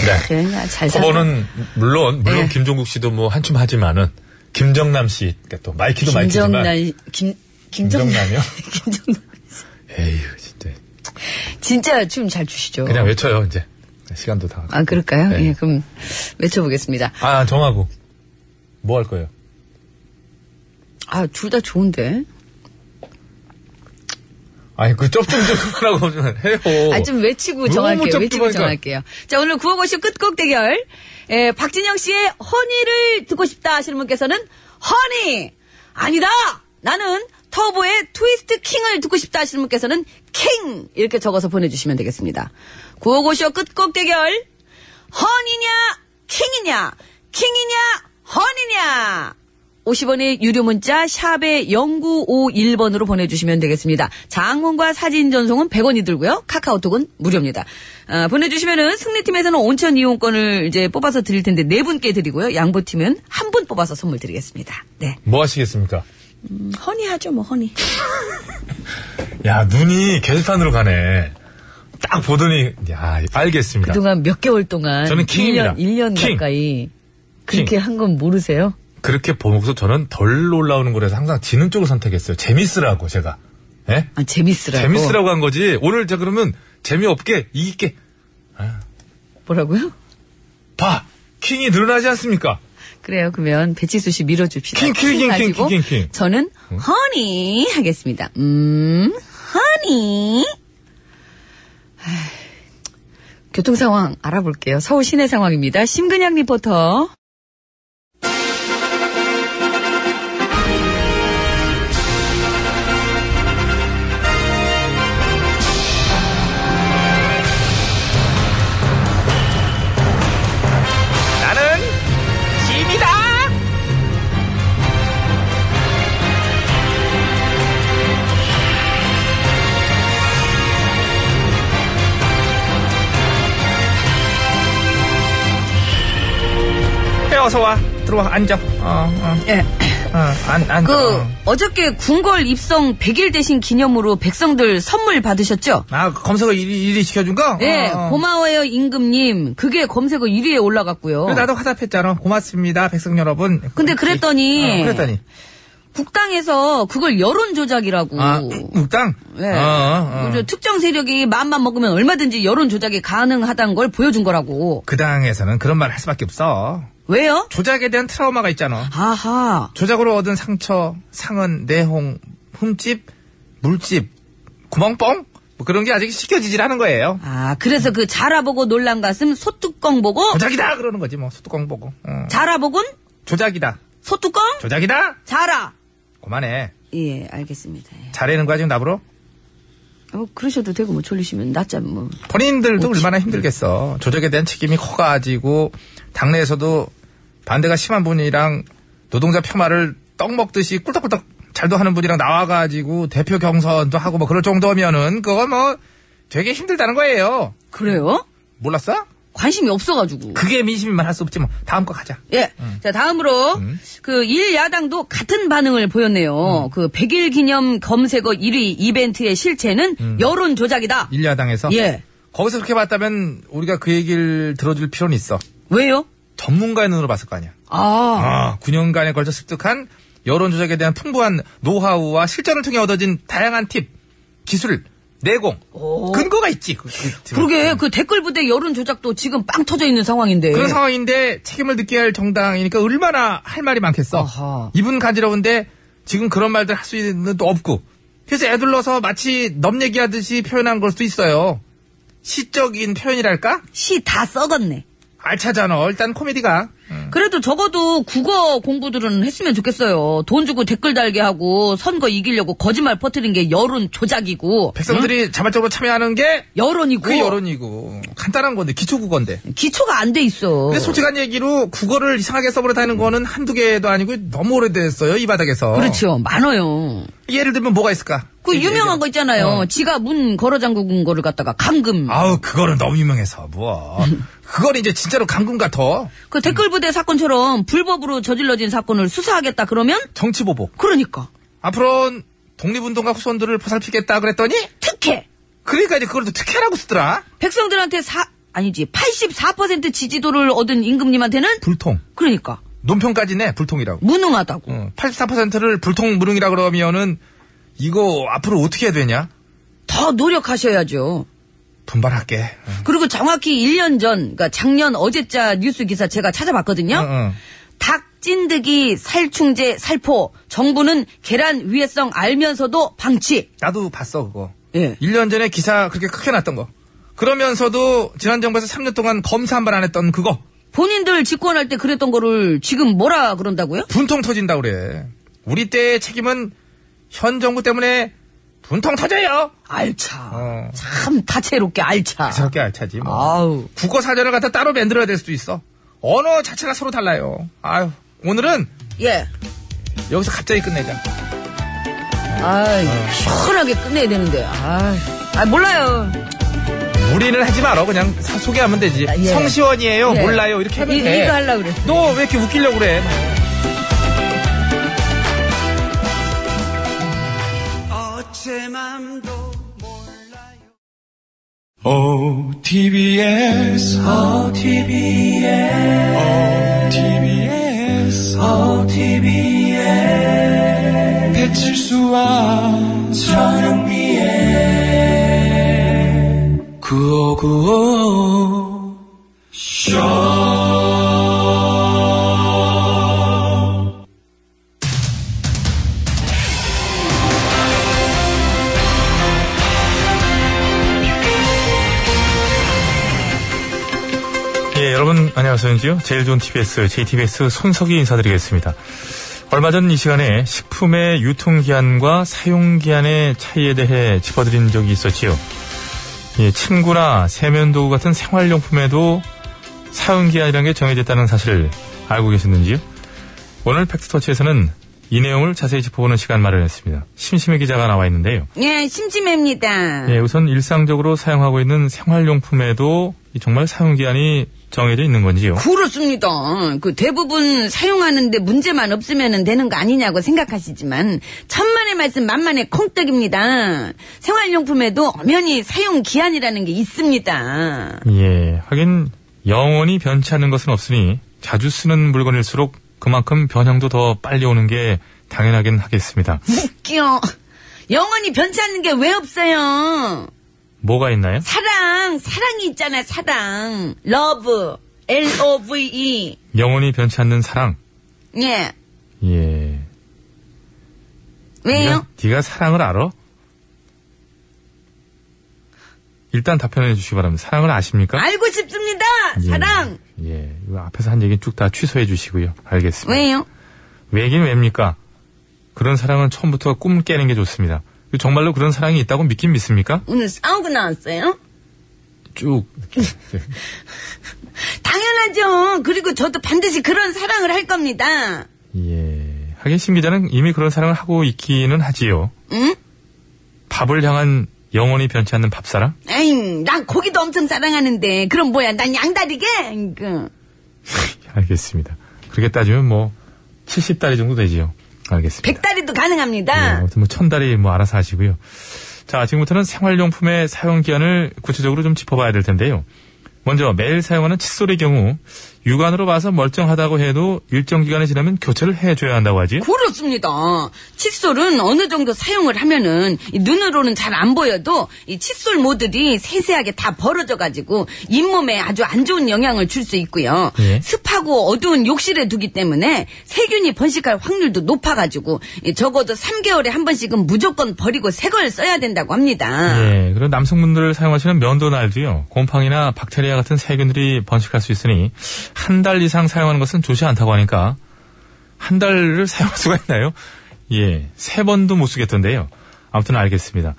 S1: 네.
S2: 그래, 야, 잘 살아.
S1: 커버는 물론 물론
S2: 네.
S1: 김종국 씨도 뭐 한춤 하지만은 김정남 씨, 그러니까 또 마이키도 마이키지만
S2: 김정남, 김, 김정남.
S1: 김정남이요?
S2: 김정남.
S1: 에휴 진짜
S2: 진짜 춤 잘 추시죠.
S1: 그냥 외쳐요 이제 시간도 다.
S2: 어. 아, 그럴까요?
S1: 네.
S2: 예, 그럼 외쳐보겠습니다.
S1: 아 정하고 뭐 할 거예요?
S2: 아, 둘 다 좋은데.
S1: 아니 그 쩝쩝쩝하라고 좀 해요.
S2: 아, 좀 외치고
S1: 너무 그러니까.
S2: 정할게요. 외치고
S1: 짭조름하니까.
S2: 정할게요. 자, 오늘 구호고쇼 끝곡 대결. 예, 박진영 씨의 허니를 듣고 싶다 하시는 분께서는 허니! 아니다! 나는 터보의 트위스트 킹을 듣고 싶다 하시는 분께서는 킹! 이렇게 적어서 보내주시면 되겠습니다. 구호고쇼 끝곡 대결. 허니냐, 킹이냐, 킹이냐, 허니냐! 50원의 유료 문자 샵에 0951번으로 보내주시면 되겠습니다. 장문과 사진 전송은 100원이 들고요. 카카오톡은 무료입니다. 아, 보내주시면은 승리팀에서는 온천 이용권을 이제 뽑아서 드릴 텐데 네 분께 드리고요. 양보팀은 한 분 뽑아서 선물 드리겠습니다. 네.
S1: 뭐 하시겠습니까?
S2: 허니 하죠, 뭐, 허니.
S1: 야 눈이 게시판으로 가네. 딱 보더니 야 알겠습니다.
S2: 그동안 몇 개월 동안.
S1: 저는 킹입니다.
S2: 1년, 1년
S1: 킹.
S2: 가까이. 그렇게 한 건 모르세요?
S1: 그렇게 보고서 저는 덜 올라오는 거라서 항상 지는 쪽을 선택했어요. 재밌으라고 제가. 예?
S2: 아, 재밌으라고.
S1: 재밌으라고 한 거지. 오늘 자 그러면 재미없게 이게
S2: 뭐라고요?
S1: 봐 킹이 늘어나지 않습니까?
S2: 그래요. 그러면 배치수 씨 밀어줍시다.
S1: 킹, 킹, 킹,
S2: 가지고
S1: 킹, 킹, 킹.
S2: 저는 허니 하겠습니다. 음, 허니. 에휴, 교통 상황 알아볼게요. 서울 시내 상황입니다. 심근양 리포터.
S6: 나는 짐이다. 해, 어서 와. 들어와, 앉아. 어, 어.
S2: 예.
S6: 어, 안, 앉아.
S2: 그
S6: 어.
S2: 어저께 궁궐 입성 100일 대신 기념으로 백성들 선물 받으셨죠?
S6: 아, 검색어 1위, 1위 시켜준 거?
S2: 예,
S6: 어, 어.
S2: 고마워요 임금님. 그게 검색어 1위에 올라갔고요.
S6: 그래, 나도 화답했잖아. 고맙습니다, 백성 여러분.
S2: 근데 그랬더니
S6: 어, 그랬더니.
S2: 국당에서 그걸 여론 조작이라고.
S6: 아, 묵당?
S2: 예.
S6: 어, 어, 어.
S2: 그죠. 특정 세력이 마음만 먹으면 얼마든지 여론 조작이 가능하다는 걸 보여준 거라고.
S6: 그 당에서는 그런 말 할 수밖에 없어.
S2: 왜요?
S6: 조작에 대한 트라우마가 있잖아.
S2: 아하.
S6: 조작으로 얻은 상처, 상은, 내홍, 흠집, 물집, 구멍뽕? 뭐 그런 게 아직 씻겨지질 않은 거예요.
S2: 아, 그래서 그 자라보고 놀란 가슴 소뚜껑 보고
S6: 조작이다! 그러는 거지, 뭐. 소뚜껑 보고. 어.
S2: 자라보곤
S6: 조작이다.
S2: 소뚜껑
S6: 조작이다!
S2: 자라.
S6: 그만해.
S2: 예, 알겠습니다. 예.
S6: 잘하는 거야, 지금 나보러?
S2: 뭐 그러셔도 되고 뭐 졸리시면 낮잠 뭐.
S6: 본인들도
S2: 오지.
S6: 얼마나 힘들겠어. 조작에 대한 책임이 커가지고, 당내에서도 반대가 심한 분이랑 노동자 폄하를 떡 먹듯이 꿀떡꿀떡 잘도 하는 분이랑 나와가지고 대표 경선도 하고 뭐 그럴 정도면은 그거 뭐 되게 힘들다는 거예요.
S2: 그래요?
S6: 몰랐어?
S2: 관심이 없어가지고.
S6: 그게 민심이만 할 수 없지 뭐. 다음 거 가자.
S2: 예. 자, 다음으로, 그, 일 야당도 같은 반응을 보였네요. 그, 100일 기념 검색어 1위 이벤트의 실체는 여론 조작이다.
S6: 일야당에서.
S2: 예.
S6: 거기서 그렇게 봤다면 우리가 그 얘기를 들어줄 필요는 있어.
S2: 왜요?
S6: 전문가의 눈으로 봤을 거 아니야.
S2: 아,
S6: 아, 9년간에 걸쳐 습득한 여론 조작에 대한 풍부한 노하우와 실전을 통해 얻어진 다양한 팁, 기술, 내공.
S2: 오.
S6: 근거가 있지. 그, 그,
S2: 그러게 그 댓글 부대 여론 조작도 지금 빵 터져 있는 상황인데.
S6: 그런 상황인데 책임을 느껴야 할 정당이니까 얼마나 할 말이 많겠어.
S2: 아하.
S6: 이분 간지러운데 지금 그런 말들 할 수 있는 또 없고. 그래서 애둘러서 마치 넘 얘기하듯이 표현한 걸 수도 있어요. 시적인 표현이랄까?
S2: 시 다 썩었네.
S6: 알차잖아. 일단 코미디가.
S2: 그래도 적어도 국어 공부들은 했으면 좋겠어요. 돈 주고 댓글 달게 하고 선거 이기려고 거짓말 퍼뜨린 게 여론 조작이고
S6: 백성들이 자발적으로 참여하는 게
S2: 여론이고
S6: 그게 여론이고. 간단한 건데, 기초국어인데.
S2: 기초가 안 돼 있어.
S6: 근데 솔직한 얘기로 국어를 이상하게 써버렸다는 거는 한두 개도 아니고 너무 오래됐어요, 이 바닥에서.
S2: 그렇죠. 많아요.
S6: 예를 들면 뭐가 있을까?
S2: 그
S6: 얘기-
S2: 유명한 거 있잖아요.
S6: 어.
S2: 지가 문 걸어 잠그는 거를 갖다가 감금.
S6: 아우 그거는 너무 유명해서 뭐
S2: 음.
S6: 그건 이제 진짜로 강금 같아
S2: 그 댓글 부대 사건처럼 불법으로 저질러진 사건을 수사하겠다 그러면
S6: 정치 보복
S2: 그러니까
S6: 앞으로는 독립운동가 후손들을 보살피겠다 그랬더니
S2: 특혜
S6: 그러니까 이제 그걸 또 특혜라고 쓰더라
S2: 백성들한테 사 아니지 84% 지지도를 얻은 임금님한테는
S6: 불통
S2: 그러니까
S6: 논평까지 내 불통이라고
S2: 무능하다고.
S6: 어, 84%를 불통 무능이라 그러면은 이거 앞으로 어떻게 해야 되냐
S2: 더 노력하셔야죠.
S6: 분발할게 어,
S2: 그리고 정확히 1년 전, 그러니까 작년 어제자 뉴스 기사 제가 찾아봤거든요.
S6: 어, 어.
S2: 닭 찐득이 살충제 살포 정부는 계란 위해성 알면서도 방치.
S6: 나도 봤어 그거
S2: 예.
S6: 1년 전에 기사 그렇게 크게 났던 거 그러면서도 지난 정부에서 3년 동안 검사 한 번 안 했던 그거
S2: 본인들 집권할 때 그랬던 거를 지금 뭐라 그런다고요?
S6: 분통 터진다 그래. 우리 때의 책임은 현 정부 때문에 분통 터져요.
S2: 알차.
S6: 어.
S2: 참 다채롭게 알차.
S6: 저렇게 알차지. 뭐.
S2: 아우.
S6: 국어 사전을 갖다 따로 만들어야 될 수도 있어. 언어 자체가 서로 달라요. 아유, 오늘은
S2: 예.
S6: 여기서 갑자기 끝내자.
S2: 아이, 시원하게 끝내야 되는데. 아이. 아, 몰라요.
S6: 우리는 하지 말어. 그냥 사- 소개하면 되지.
S2: 아, 예.
S6: 성시원이에요.
S2: 예.
S6: 몰라요. 이렇게 하면
S2: 이-
S6: 돼.
S2: 이거 하려고 그랬어.
S6: 너 왜 이렇게 웃기려고 그래?
S3: 어, OTBS, 어, OTBS, OTBS, OTBS, 배칠수와 저녁미에 9595
S1: 예, 여러분 안녕하세요. 제일 좋은 TBS, JTBS 손석희 인사드리겠습니다. 얼마 전 이 시간에 식품의 유통기한과 사용기한의 차이에 대해 짚어드린 적이 있었지요. 예, 침구나 세면도구 같은 생활용품에도 사용기한이라는 게 정해졌다는 사실을 알고 계셨는지요? 오늘 팩스터치에서는 이 내용을 자세히 짚어보는 시간 마련했습니다. 심심해 기자가 나와 있는데요.
S2: 예, 심심합니다.
S1: 예, 우선 일상적으로 사용하고 있는 생활용품에도 이 정말 사용기한이 정해져 있는 건지요?
S2: 그렇습니다. 그 대부분 사용하는데 문제만 없으면 되는 거 아니냐고 생각하시지만 천만의 말씀 만만의 콩떡입니다. 생활용품에도 엄연히 사용 기한이라는 게 있습니다.
S1: 예, 하긴 영원히 변치 않는 것은 없으니 자주 쓰는 물건일수록 그만큼 변형도 더 빨리 오는 게 당연하긴 하겠습니다.
S2: 웃겨. 영원히 변치 않는 게 왜 없어요?
S1: 뭐가 있나요?
S2: 사랑, 사랑이 있잖아, 사랑. 러브, L-O-V-E.
S1: 영원히 변치 않는 사랑.
S2: E. 예.
S1: 예.
S2: 네. 왜요?
S1: 네가, 네가 사랑을 알아? 일단 답변해 주시기 바랍니다. 사랑을 아십니까?
S2: 알고 싶습니다!
S1: 예.
S2: 사랑!
S1: 예. 이거 앞에서 한 얘기는 쭉 다 취소해 주시고요. 알겠습니다.
S2: 왜요?
S1: 왜긴 왜입니까? 그런 사랑은 처음부터 꿈 깨는 게 좋습니다. 정말로 그런 사랑이 있다고 믿긴 믿습니까?
S2: 오늘 싸우고 나왔어요?
S1: 쭉 이렇게.
S2: 당연하죠. 그리고 저도 반드시 그런 사랑을 할 겁니다.
S1: 예. 하긴 신 기자는 이미 그런 사랑을 하고 있기는 하지요.
S2: 응?
S1: 밥을 향한 영원히 변치 않는 밥사랑?
S2: 에잉, 난 고기도 엄청 사랑하는데. 그럼 뭐야, 난 양다리게? 그,
S1: 알겠습니다. 그렇게 따지면 뭐, 70다리 정도 되지요. 알겠습니다.
S2: 백다리도
S1: 예,
S2: 가능합니다.
S1: 아무튼 뭐, 천다리 뭐, 알아서 하시고요. 자, 지금부터는 생활용품의 사용기한을 구체적으로 좀 짚어봐야 될 텐데요. 먼저, 매일 사용하는 칫솔의 경우, 육안으로 봐서 멀쩡하다고 해도 일정 기간이 지나면 교체를 해줘야 한다고 하지.
S2: 그렇습니다. 칫솔은 어느 정도 사용을 하면은 이 눈으로는 잘 안 보여도 이 칫솔 모들이 세세하게 다 벌어져 가지고 잇몸에 아주 안 좋은 영향을 줄 수 있고요.
S6: 예.
S2: 습하고 어두운 욕실에 두기 때문에 세균이 번식할 확률도 높아 가지고 적어도 3개월에 한 번씩은 무조건 버리고 새 걸 써야 된다고 합니다.
S1: 예, 그리고 남성분들 사용하시는 면도날도요. 곰팡이나 박테리아 같은 세균들이 번식할 수 있으니 한 달 이상 사용하는 것은 좋지 않다고 하니까 한 달을 사용할 수가 있나요? 예, 세 번도 못 쓰겠던데요. 아무튼 알겠습니다.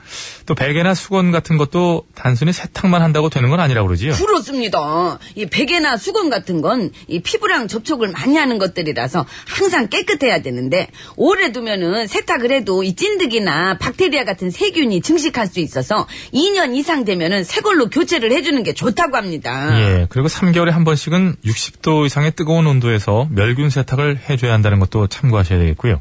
S1: 또 베개나 수건 같은 것도 단순히 세탁만 한다고 되는 건 아니라고 그러지요.
S2: 그렇습니다. 이 베개나 수건 같은 건 이 피부랑 접촉을 많이 하는 것들이라서 항상 깨끗해야 되는데 오래 두면은 세탁을 해도 이 찐득이나 박테리아 같은 세균이 증식할 수 있어서 2년 이상 되면은 새 걸로 교체를 해주는 게 좋다고 합니다.
S1: 예, 그리고 3개월에 한 번씩은 60도 이상의 뜨거운 온도에서 멸균 세탁을 해줘야 한다는 것도 참고하셔야 되겠고요.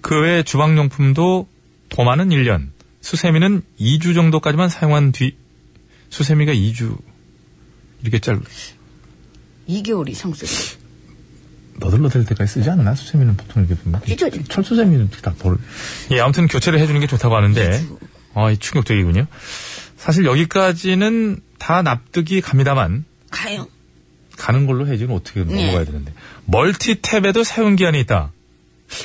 S1: 그 외에 주방용품도 도마는 1년, 수세미는 2주 정도까지만 사용한 뒤, 수세미가 2주, 이렇게 짧,
S2: 2개월 이상 쓰고.
S1: 너덜너덜 때까지 쓰지 않나? 수세미는 보통 이렇게 보면.
S2: 찢어지-
S1: 철수세미는 다 벌. 예, 아무튼 교체를 해주는 게 좋다고 하는데, 아, 이 충격적이군요. 사실 여기까지는 다 납득이 갑니다만,
S2: 가요.
S1: 가는 걸로 해지는 어떻게 넘어가야
S2: 예.
S1: 되는데 멀티탭에도 사용 기한이 있다.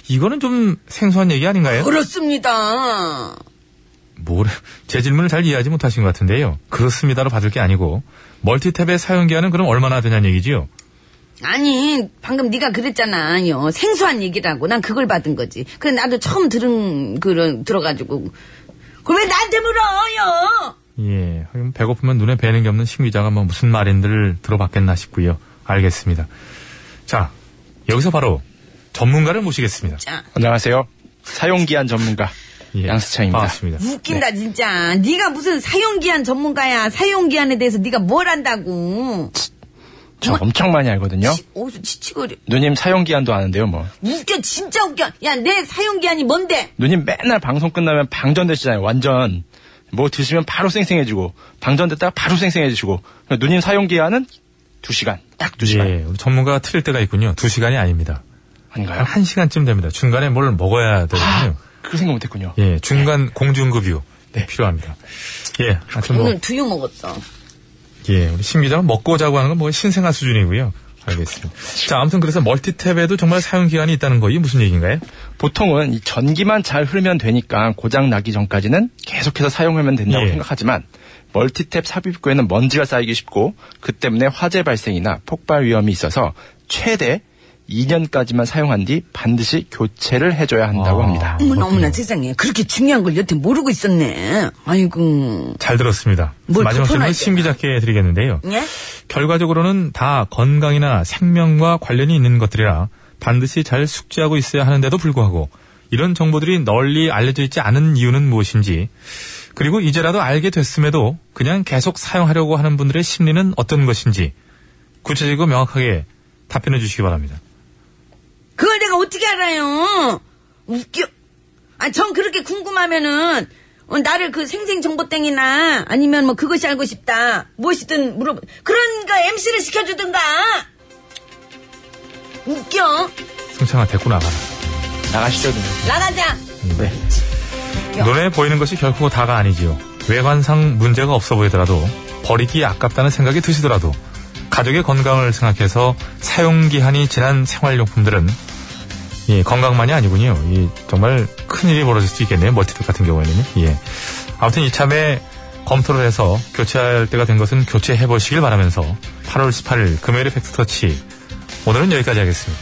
S1: 이거는 좀 생소한 얘기 아닌가요?
S2: 그렇습니다.
S1: 뭐래? 제 질문을 잘 이해하지 못하신 것 같은데요. 그렇습니다로 받을 게 아니고 멀티탭의 사용 기한은 그럼 얼마나 되냐는 얘기지요.
S2: 아니 방금 네가 그랬잖아요 생소한 얘기라고 난 그걸 받은 거지 그래 나도 처음 들은 그런 들어가지고 그걸 왜 나한테 물어요
S1: 예, 하긴 배고프면 눈에 뵈는 게 없는 심리자가 뭐 무슨 말인들 들어봤겠나 싶고요. 알겠습니다. 자, 여기서 바로 전문가를 모시겠습니다.
S2: 자
S10: 안녕하세요. 사용기한 전문가
S1: 예,
S10: 양수창입니다.
S6: 아,
S1: 반갑습니다.
S2: 웃긴다 진짜 네가 무슨 사용기한 전문가야 사용기한에 대해서 네가 뭘 안다고
S10: 저 엄청 많이 알거든요.
S2: 치- 어디서 지치거려
S10: 누님 사용기한도 아는데요, 뭐.
S2: 웃겨 진짜 웃겨 야 내 사용기한이 뭔데
S10: 누님 맨날 방송 끝나면 방전되시잖아요, 완전. 뭐 드시면 바로 쌩쌩해지고, 방전됐다가 바로 쌩쌩해지시고, 그러니까 누님 사용기한은 2시간, 딱 2시간.
S1: 예, 우리 전문가가 틀릴 때가 있군요. 두 시간이 아닙니다.
S10: 네. 아닌가요?
S1: 한 1시간쯤 됩니다. 중간에 뭘 먹어야 되거든요.
S10: 그 생각 못했군요.
S1: 예,
S10: 네.
S1: 중간 공중급유 필요합니다. 예, 아무튼 뭐,
S2: 오늘 두유 먹었어
S1: 예, 우리 심 기자가 먹고 자고 하는 건 뭐 신생아 수준이고요. 알겠습니다. 자, 아무튼 그래서 멀티탭에도 정말 사용 기한이 있다는 거, 이게 무슨 얘기인가요?
S10: 보통은 이 전기만 잘 흐르면 되니까 고장 나기 전까지는 계속해서 사용하면 된다고
S1: 예.
S10: 생각하지만 멀티탭 삽입구에는 먼지가 쌓이기 쉽고 그 때문에 화재 발생이나 폭발 위험이 있어서 최대 2년까지만 사용한 뒤 반드시 교체를 해줘야 한다고
S1: 아.
S10: 합니다.
S2: 어머나 어머나 세상에 그렇게 중요한 걸 여태 모르고 있었네 아이고
S1: 잘 들었습니다.
S2: 뭘
S1: 마지막 질문
S2: 불편할
S1: 심 기자께 드리겠는데요.
S2: 예?
S1: 결과적으로는 다 건강이나 생명과 관련이 있는 것들이라 반드시 잘 숙지하고 있어야 하는데도 불구하고 이런 정보들이 널리 알려져 있지 않은 이유는 무엇인지 그리고 이제라도 알게 됐음에도 그냥 계속 사용하려고 하는 분들의 심리는 어떤 것인지 구체적이고 명확하게 답변해 주시기 바랍니다.
S2: 그걸 내가 어떻게 알아요? 웃겨. 아, 전 그렇게 궁금하면은, 어, 나를 그 생생정보땡이나, 아니면 뭐 그것이 알고 싶다. 무엇이든 물어보, 그런 거 MC를 시켜주든가! 웃겨.
S1: 승창아 데리고 나가라.
S10: 나가시죠, 누님.
S2: 나가자.
S10: 네.
S1: 눈에 보이는 것이 결코 다가 아니지요. 외관상 문제가 없어 보이더라도 버리기 아깝다는 생각이 드시더라도 가족의 건강을 생각해서 사용 기한이 지난 생활용품들은 예, 건강만이 아니군요. 이 정말 큰 일이 벌어질 수 있겠네요. 멀티탭 같은 경우에는 예. 아무튼 이참에 검토를 해서 교체할 때가 된 것은 교체해 보시길 바라면서 8월 18일 금요일의 팩트터치 오늘은 여기까지 하겠습니다.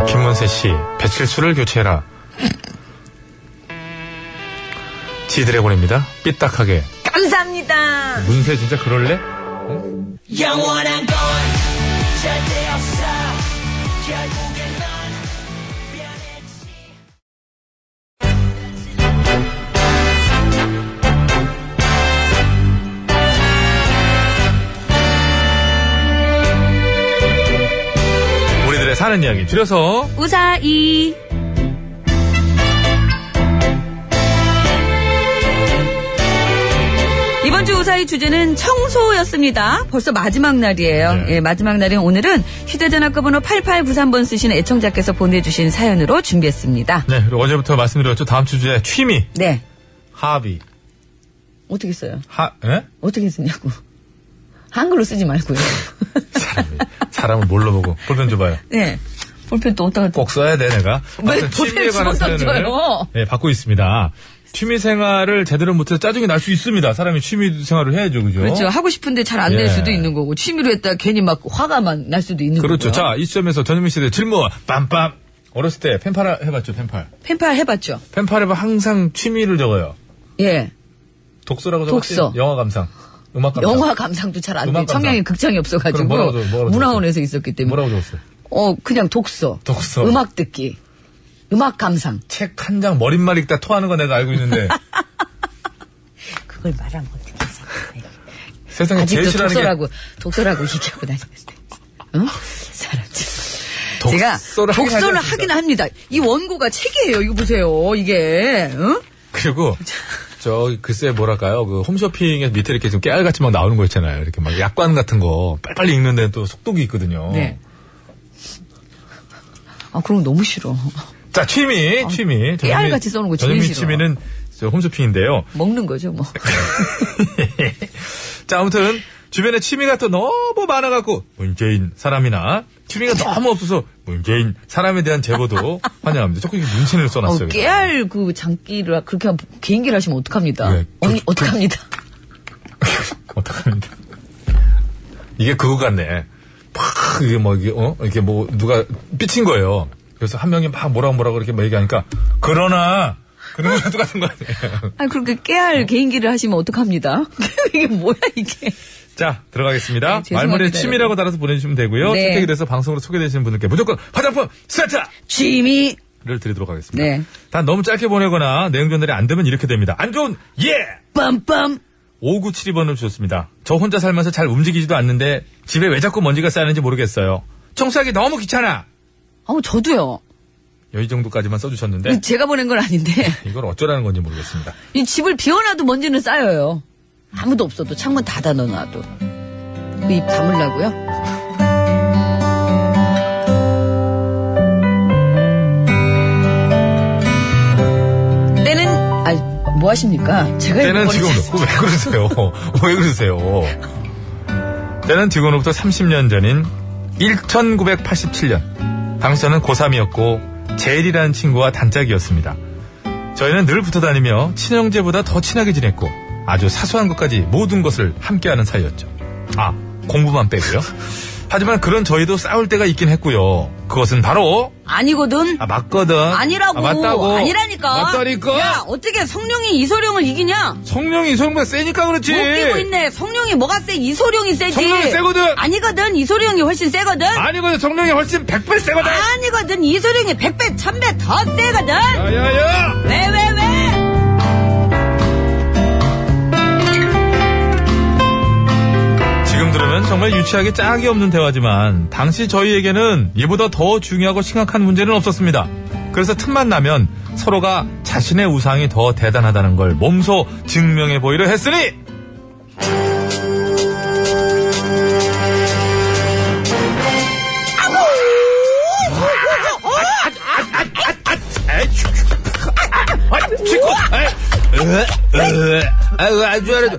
S1: 예, 김문세 씨, 배칠수를 교체해라. 지드래곤입니다. 삐딱하게.
S2: 감사합니다.
S1: 문세 진짜 그럴래?
S5: 영원한 건 절대 없어 결국엔 넌
S1: 우리들의 사는 이야기 줄여서
S2: 우사이. 시사의 주제는 청소였습니다. 벌써 마지막
S1: 네.
S2: 날이에요. 예, 마지막 날인 오늘은 휴대전화 번호 8893번 쓰신 애청자께서 보내주신 사연으로 준비했습니다.
S1: 네, 그리고 어제부터 말씀드렸죠. 다음 주 주제 취미,
S2: 네.
S1: 합의,
S2: 어떻게 써요?
S1: 하, 예?
S2: 어떻게 쓰냐고. 한글로 쓰지 말고요.
S1: 사람을 뭘로 보고 볼펜 줘봐요.
S2: 네. 볼펜 또 어디다
S1: 꼭 써야 돼 내가.
S2: 왜
S1: 아무튼 취미에
S2: 볼펜
S1: 관한
S2: 집어서
S1: 사연을,
S2: 줘요?
S1: 네, 받고 있습니다. 취미 생활을 제대로 못해서 짜증이 날 수 있습니다. 사람이 취미 생활을 해야죠, 그죠?
S2: 그렇죠. 하고 싶은데 잘 안 될
S1: 예.
S2: 수도 있는 거고 취미로 했다 가 괜히 막 화가 막 날 수도 있는
S1: 그렇죠.
S2: 거고.
S1: 자, 이 시점에서 전현민 씨의 질문, 빰빰. 어렸을 때 펜팔 해봤죠, 펜팔.
S2: 펜팔 해봤죠.
S1: 펜팔 해봐 항상 취미를 적어요.
S2: 예.
S1: 독서라고 적었지?
S2: 독서.
S1: 영화 감상. 음악 감상.
S2: 영화 감상도 잘 안 돼.
S1: 음악 감상.
S2: 청량이 극장이
S1: 그럼
S2: 없어가지고
S1: 뭐라고 적- 뭐라고
S2: 문화원에서 있었기 때문에.
S1: 뭐라고 적었어요?
S2: 어 그냥 독서.
S1: 독서.
S2: 음악 듣기. 음악 감상.
S1: 책 한 장 머릿말 읽다 토하는 거 내가 알고 있는데
S2: 그걸 말하면 어떻게 해서.
S1: 세상에 제일
S2: 아직도
S1: 싫어하는 게
S2: 독서라고 독서라고 얘기하고 다니면서. 응? 사람 참. 제가
S1: 독서를 하긴
S2: 독서는
S1: 하지
S2: 하긴 합니다. 이 원고가 책이에요. 이거 보세요. 이게. 응?
S1: 그리고 저 글쎄 뭐랄까요 그 홈쇼핑에서 밑에 이렇게 좀 깨알같이 막 나오는 거 있잖아요 이렇게 막 약관 같은 거 빨리빨리 읽는 데는 또 속독이 있거든요
S2: 네. 아 그럼 너무 싫어.
S1: 자 취미 취미
S2: 어, 깨알같이 써놓은 거 제일
S1: 전현민
S2: 싫어.
S1: 취미는 저 홈쇼핑인데요
S2: 먹는 거죠 뭐.
S1: 자 아무튼 주변에 취미가 또 너무 많아갖고 문재인 사람이나 취미가 너무 없어서 문재인 사람에 대한 제보도 환영합니다 조금 이렇게 눈치를
S2: 어,
S1: 써놨어요
S2: 깨알 그 장기를 그렇게 하면 개인기를 하시면 어떡합니다.
S1: 예, 그-
S2: 언니 어떡합니다.
S1: 어떡합니다. 이게 그거 같네. 팍, 이게 뭐, 이게, 어? 이렇게 뭐, 누가 삐친 거예요. 그래서 한 명이 막 뭐라고 뭐라고 이렇게 막 얘기하니까, 그러나, 그런 거 똑같은 거 아니에요.
S2: 아 그렇게 깨알 개인기를 하시면 어떡합니다. 이게 뭐야 이게.
S1: 자, 들어가겠습니다.
S2: 네, 죄송합니다,
S1: 말문에
S2: 여러분.
S1: 취미라고 달아서 보내주시면 되고요.
S2: 네.
S1: 선택이 돼서 방송으로 소개되시는 분들께 무조건 화장품 세트를
S2: 취미.
S1: 드리도록 하겠습니다.
S2: 네.
S1: 단 너무 짧게 보내거나 내용 전달이 안 되면 이렇게 됩니다. 안 좋은, 예!
S2: 빰빰.
S1: 5972번을 주셨습니다. 저 혼자 살면서 잘 움직이지도 않는데 집에 왜 자꾸 먼지가 쌓이는지 모르겠어요. 청소하기 너무 귀찮아.
S2: 아우 어, 저도요.
S1: 여기 정도까지만 써주셨는데
S2: 제가 보낸 건 아닌데
S1: 이걸 어쩌라는 건지 모르겠습니다.
S2: 이 집을 비워놔도 먼지는 쌓여요. 아무도 없어도 창문 닫아 넣어놔도 그 입 다물라고요? 때는 아뭐 하십니까? 제가 이거
S1: 때는
S2: 머리
S1: 지금
S2: 잘-
S1: 왜 그러세요? 왜 그러세요? 때는 지금으로부터 30년 전인 1987년 당시 저는 고3이었고 제일이라는 친구와 단짝이었습니다. 저희는 늘 붙어 다니며 친형제보다 더 친하게 지냈고 아주 사소한 것까지 모든 것을 함께하는 사이였죠. 아 공부만 빼고요. 하지만 그런 저희도 싸울 때가 있긴 했고요. 그것은 바로
S2: 아니거든.
S1: 아 맞거든.
S2: 아니라고.
S1: 아, 맞다고.
S2: 아니라니까.
S1: 맞다니까.
S2: 야 어떻게 성룡이 이소룡을 이기냐?
S1: 성령이 성령 세니까 그렇지.
S2: 못 끼고 있네. 성룡이 뭐가 세? 이소룡이 세지.
S1: 성룡이 세거든.
S2: 아니거든. 이소룡이 훨씬 세거든.
S1: 아니거든 성령이 훨씬 100배 세거든.
S2: 아니거든 이소룡이 백배 천배 더 세거든
S1: 야야야.
S2: 왜 왜 왜,
S1: 지금 들으면 정말 유치하게 짝이 없는 대화지만 당시 저희에게는 이보다 더 중요하고 심각한 문제는 없었습니다. 그래서 틈만 나면 서로가 자신의 우상이 더 대단하다는 걸 몸소 증명해 보이려 했으니 아유 아주 알아도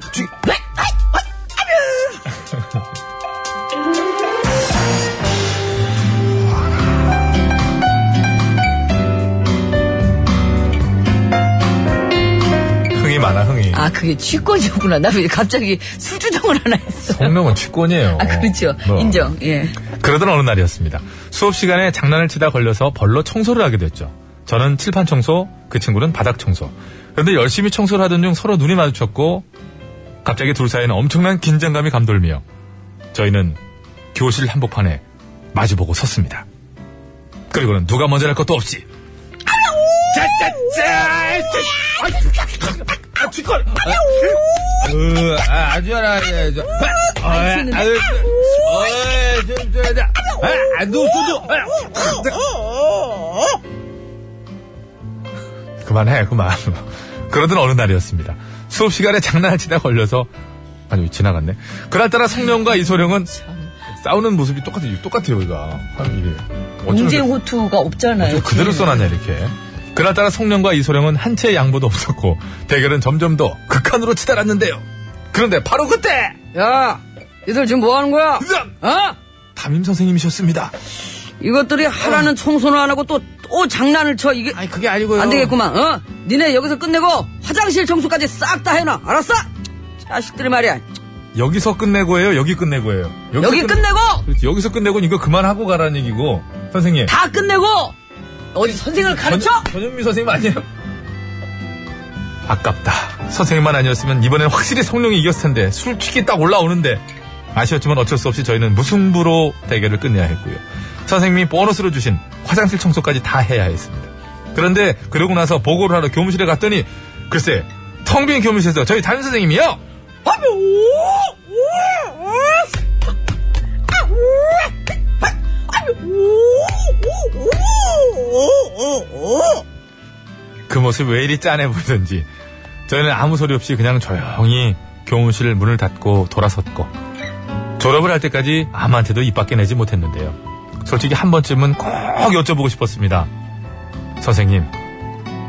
S1: 흥이 많아 흥이.
S2: 아 그게 취권이구나 나 왜 갑자기 수주정을 하나 했어
S1: 성명은 취권이에요.
S2: 아 그렇죠
S1: 뭐.
S2: 인정 예
S1: 그러던 어느 날이었습니다. 수업 시간에 장난을 치다 걸려서 벌로 청소를 하게 됐죠. 저는 칠판 청소, 그 친구는 바닥 청소. 그런데 열심히 청소를 하던 중 서로 눈이 마주쳤고 갑자기 둘 사이는 엄청난 긴장감이 감돌며 저희는 교실 한복판에 마주보고 섰습니다. 그리고는 누가 먼저 할 것도 없이 아,
S6: 아주 알아.
S1: 예,
S2: 치는데. 아유,
S1: 아,
S6: 안 놓쳐도.
S1: 그만해, 그만. 그러던 어느 날이었습니다. 수업 시간에 장난을 치다 걸려서 아니 지나갔네. 그날따라 성령과 이소령은 싸우는 모습이 똑같아요. 똑같아요 우리가. 아, 이게 어쩌면
S2: 공제 호투가 없잖아요.
S1: 어쩌면 그대로 써놨냐 이렇게. 그날따라 성령과 이소령은 한 채의 양보도 없었고 대결은 점점 더 극한으로 치달았는데요. 그런데 바로 그때
S2: 야, 이들 지금 뭐 하는 거야? 어?
S1: 담임 선생님이셨습니다.
S2: 이것들이 하라는 청소는 안 하고 또, 또 장난을 쳐. 이게.
S6: 아니, 그게 아니고요.
S2: 안 되겠구만, 어? 니네 여기서 끝내고 화장실 청소까지 싹 다 해놔. 알았어? 자식들이 말이야.
S1: 여기서 끝내고예요. 여기 끝내고예요.
S2: 여기 끝내고!
S1: 그렇지, 여기서 끝내고 이거 그만하고 가라는 얘기고 선생님.
S2: 다 끝내고! 어디 선생을 가르쳐?
S1: 전, 현미 선생님 아니에요? 아깝다. 선생님만 아니었으면 이번엔 확실히 성룡이 이겼을 텐데 술취기 딱 올라오는데 아쉬웠지만 어쩔 수 없이 저희는 무승부로 대결을 끝내야 했고요. 선생님이 보너스로 주신 화장실 청소까지 다 해야 했습니다. 그런데 그러고 나서 보고를 하러 교무실에 갔더니 글쎄 텅 빈 교무실에서 저희 담임 선생님이요. 그 모습 왜 이리 짠해 보이던지 저희는 아무 소리 없이 그냥 조용히 교무실 문을 닫고 돌아섰고 졸업을 할 때까지 아무한테도 입 밖에 내지 못했는데요. 솔직히 한 번쯤은 꼭 여쭤보고 싶었습니다. 선생님,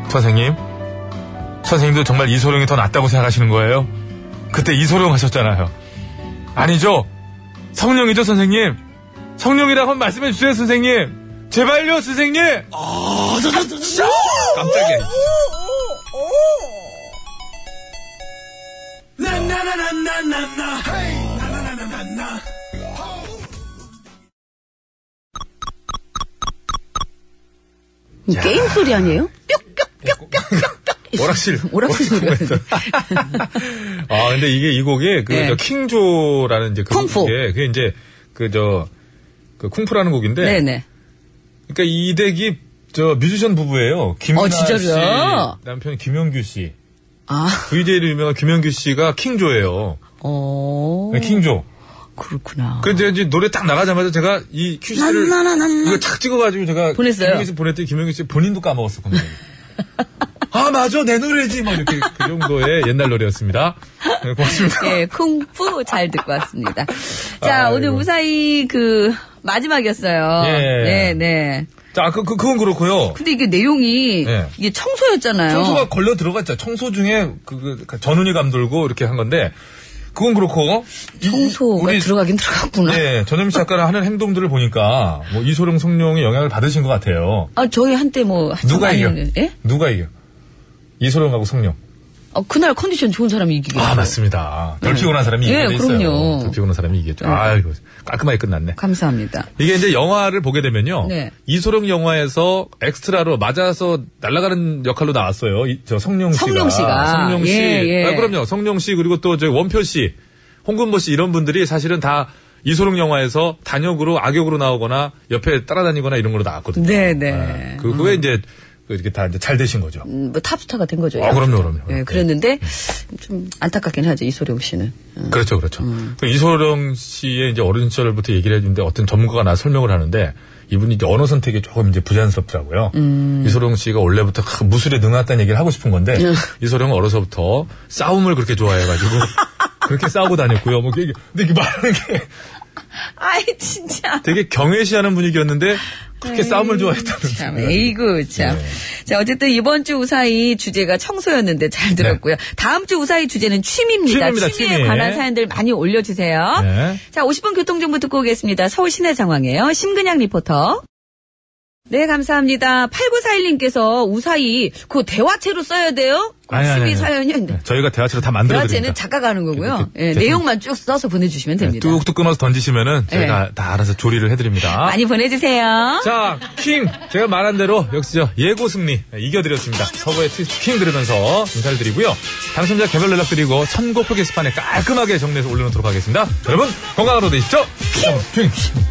S1: 선생님, 선생님도 정말 이소룡이 더 낫다고 생각하시는 거예요? 그때 이소룡 하셨잖아요. 아니죠? 성룡이죠, 선생님? 성룡이라고 한 번 말씀해 주세요, 선생님. 제발요, 선생님! 깜짝이야.
S2: 게임 소리 아니에요?
S1: 오락실.
S2: 오락실 소리 같은데.
S1: 아, 근데 이게 이 곡이 그
S2: 네.
S1: 저 킹조라는 이제 그
S2: 쿵푸.
S1: 곡에 그게 이제 그저그 쿵푸라는 곡인데
S2: 네네.
S1: 그러니까 이 댁이 저 뮤지션 부부예요. 김윤아
S2: 어, 진짜로요?
S1: 씨 남편 김영규 씨.
S2: 아,
S1: VJ로 유명한 김영규 씨가 킹조예요.
S2: 어.
S1: 네, 킹조.
S2: 그렇구나.
S1: 그래서 이제 노래 딱 나가자마자 제가 이 큐시를 이거 착 찍어가지고 제가
S2: 보냈어요.
S1: 김영규 씨 보냈더니 김영규 씨 본인도 까먹었었거든요. 아 맞아 내 노래지 막 이렇게 그 정도의 옛날 노래였습니다. 네, 고맙습니다.
S2: 예, 쿵푸 잘 듣고 왔습니다. 자,
S1: 아이고.
S2: 오늘 무사히 그 마지막이었어요.
S1: 예.
S2: 네, 네.
S1: 자, 그, 그, 그건 그렇고요.
S2: 근데 이게 내용이
S1: 예.
S2: 이게 청소였잖아요.
S1: 청소가 걸려 들어갔죠. 청소 중에 그, 그 전운이 감돌고 이렇게 한 건데 그건 그렇고 이- 이-
S2: 청소가
S1: 뭐
S2: 그러니까
S1: 우리
S2: 들어가긴 들어갔구나.
S1: 예, 전현미 작가가 하는 행동들을 보니까 뭐 이소룡 성룡의 영향을 받으신 것 같아요.
S2: 아, 저희 한때 뭐 한참
S1: 누가
S2: 많이
S1: 이겨?
S2: 했는데. 예?
S1: 누가 이겨? 이소룡하고 성룡.
S2: 어, 그날 컨디션 좋은 사람이 이기겠죠.
S1: 아 맞습니다. 덜
S2: 네.
S1: 피곤한 사람이
S2: 예,
S1: 이기게 돼 있어요.
S2: 그럼요. 예.
S1: 덜 피곤한 사람이 이기겠죠. 아이고 깔끔하게 끝났네.
S2: 감사합니다.
S1: 이게 이제 영화를 보게 되면요.
S2: 네.
S1: 이소룡 영화에서 엑스트라로 맞아서 날아가는 역할로 나왔어요. 이- 저 성룡 씨가.
S2: 성룡 씨가.
S1: 성룡 씨.
S2: 예, 예.
S1: 아, 그럼요. 성룡 씨 그리고 또 저 원표 씨, 홍금보 씨 이런 분들이 사실은 다 이소룡 영화에서 단역으로 악역으로 나오거나 옆에 따라다니거나 이런 걸로 나왔거든요.
S2: 네, 네.
S1: 아, 그 후에 이제 그 이렇게 다 이제 잘 되신 거죠.
S2: 음, 뭐 탑스타가 된 거죠.
S1: 아, 그럼요, 그럼요.
S2: 예, 그랬는데 좀 안타깝긴 하죠. 이소룡 씨는. 음.
S1: 그렇죠, 그렇죠. 그 이소룡 씨의 이제 어린 시절부터 얘기를 해주는데 어떤 전문가가 나 설명을 하는데 이분이 이제 언어 선택이 조금 이제 부자연스럽더라고요.
S2: 음.
S1: 이소룡 씨가 원래부터 그 무술에 능하다는 얘기를 하고 싶은 건데 이소룡은 어려서부터 싸움을 그렇게 좋아해가지고 그렇게 싸우고 다녔고요. 뭐 이게- 근데 이게 말하는 게
S2: 아이 진짜.
S1: 되게 경외시하는 분위기였는데 그렇게 싸움을 좋아했다는
S2: 음.
S1: 네.
S2: 참,
S1: 거예요.
S2: 에이구, 참. 자, 어쨌든 이번 주 우사히 주제가 청소였는데 잘 들었고요. 다음 주 우사히 주제는 취미입니다.
S1: 네. 취미입니다,
S2: 취미에
S1: 취미.
S2: 관한 사연들 많이 올려주세요.
S1: 네.
S2: 자, 50분 교통정보 듣고 오겠습니다. 서울 시내 상황이에요. 심근양 리포터. 네, 감사합니다. 8941님께서 우사히 그 대화체로 써야 돼요? 그
S1: 아니, 아니,
S2: 취미
S1: 아니.
S2: 사연이었는데.
S1: 네, 저희가 대화체로 다 만들어 드립니다.
S2: 대화체는 작가가 하는 거고요.
S1: 이렇게 네,
S2: 예,
S1: 대충-
S2: 내용만 쭉 써서 보내주시면 됩니다.
S1: 뚝뚝 끊어서 던지시면은 저희가
S2: 네.
S1: 다 알아서 조리를 해드립니다.
S2: 많이 보내주세요.
S1: 자, 킹! 제가 말한 대로 역시 저 예고 승리 이겨드렸습니다. 서버의 트위스트 킹 들으면서 인사를 드리고요. 당첨자 개별 연락드리고 선곡표 게시판에 깔끔하게 정리해서 올려놓도록 하겠습니다. 여러분, 건강하루 되십시오! 음, 킹! 킹!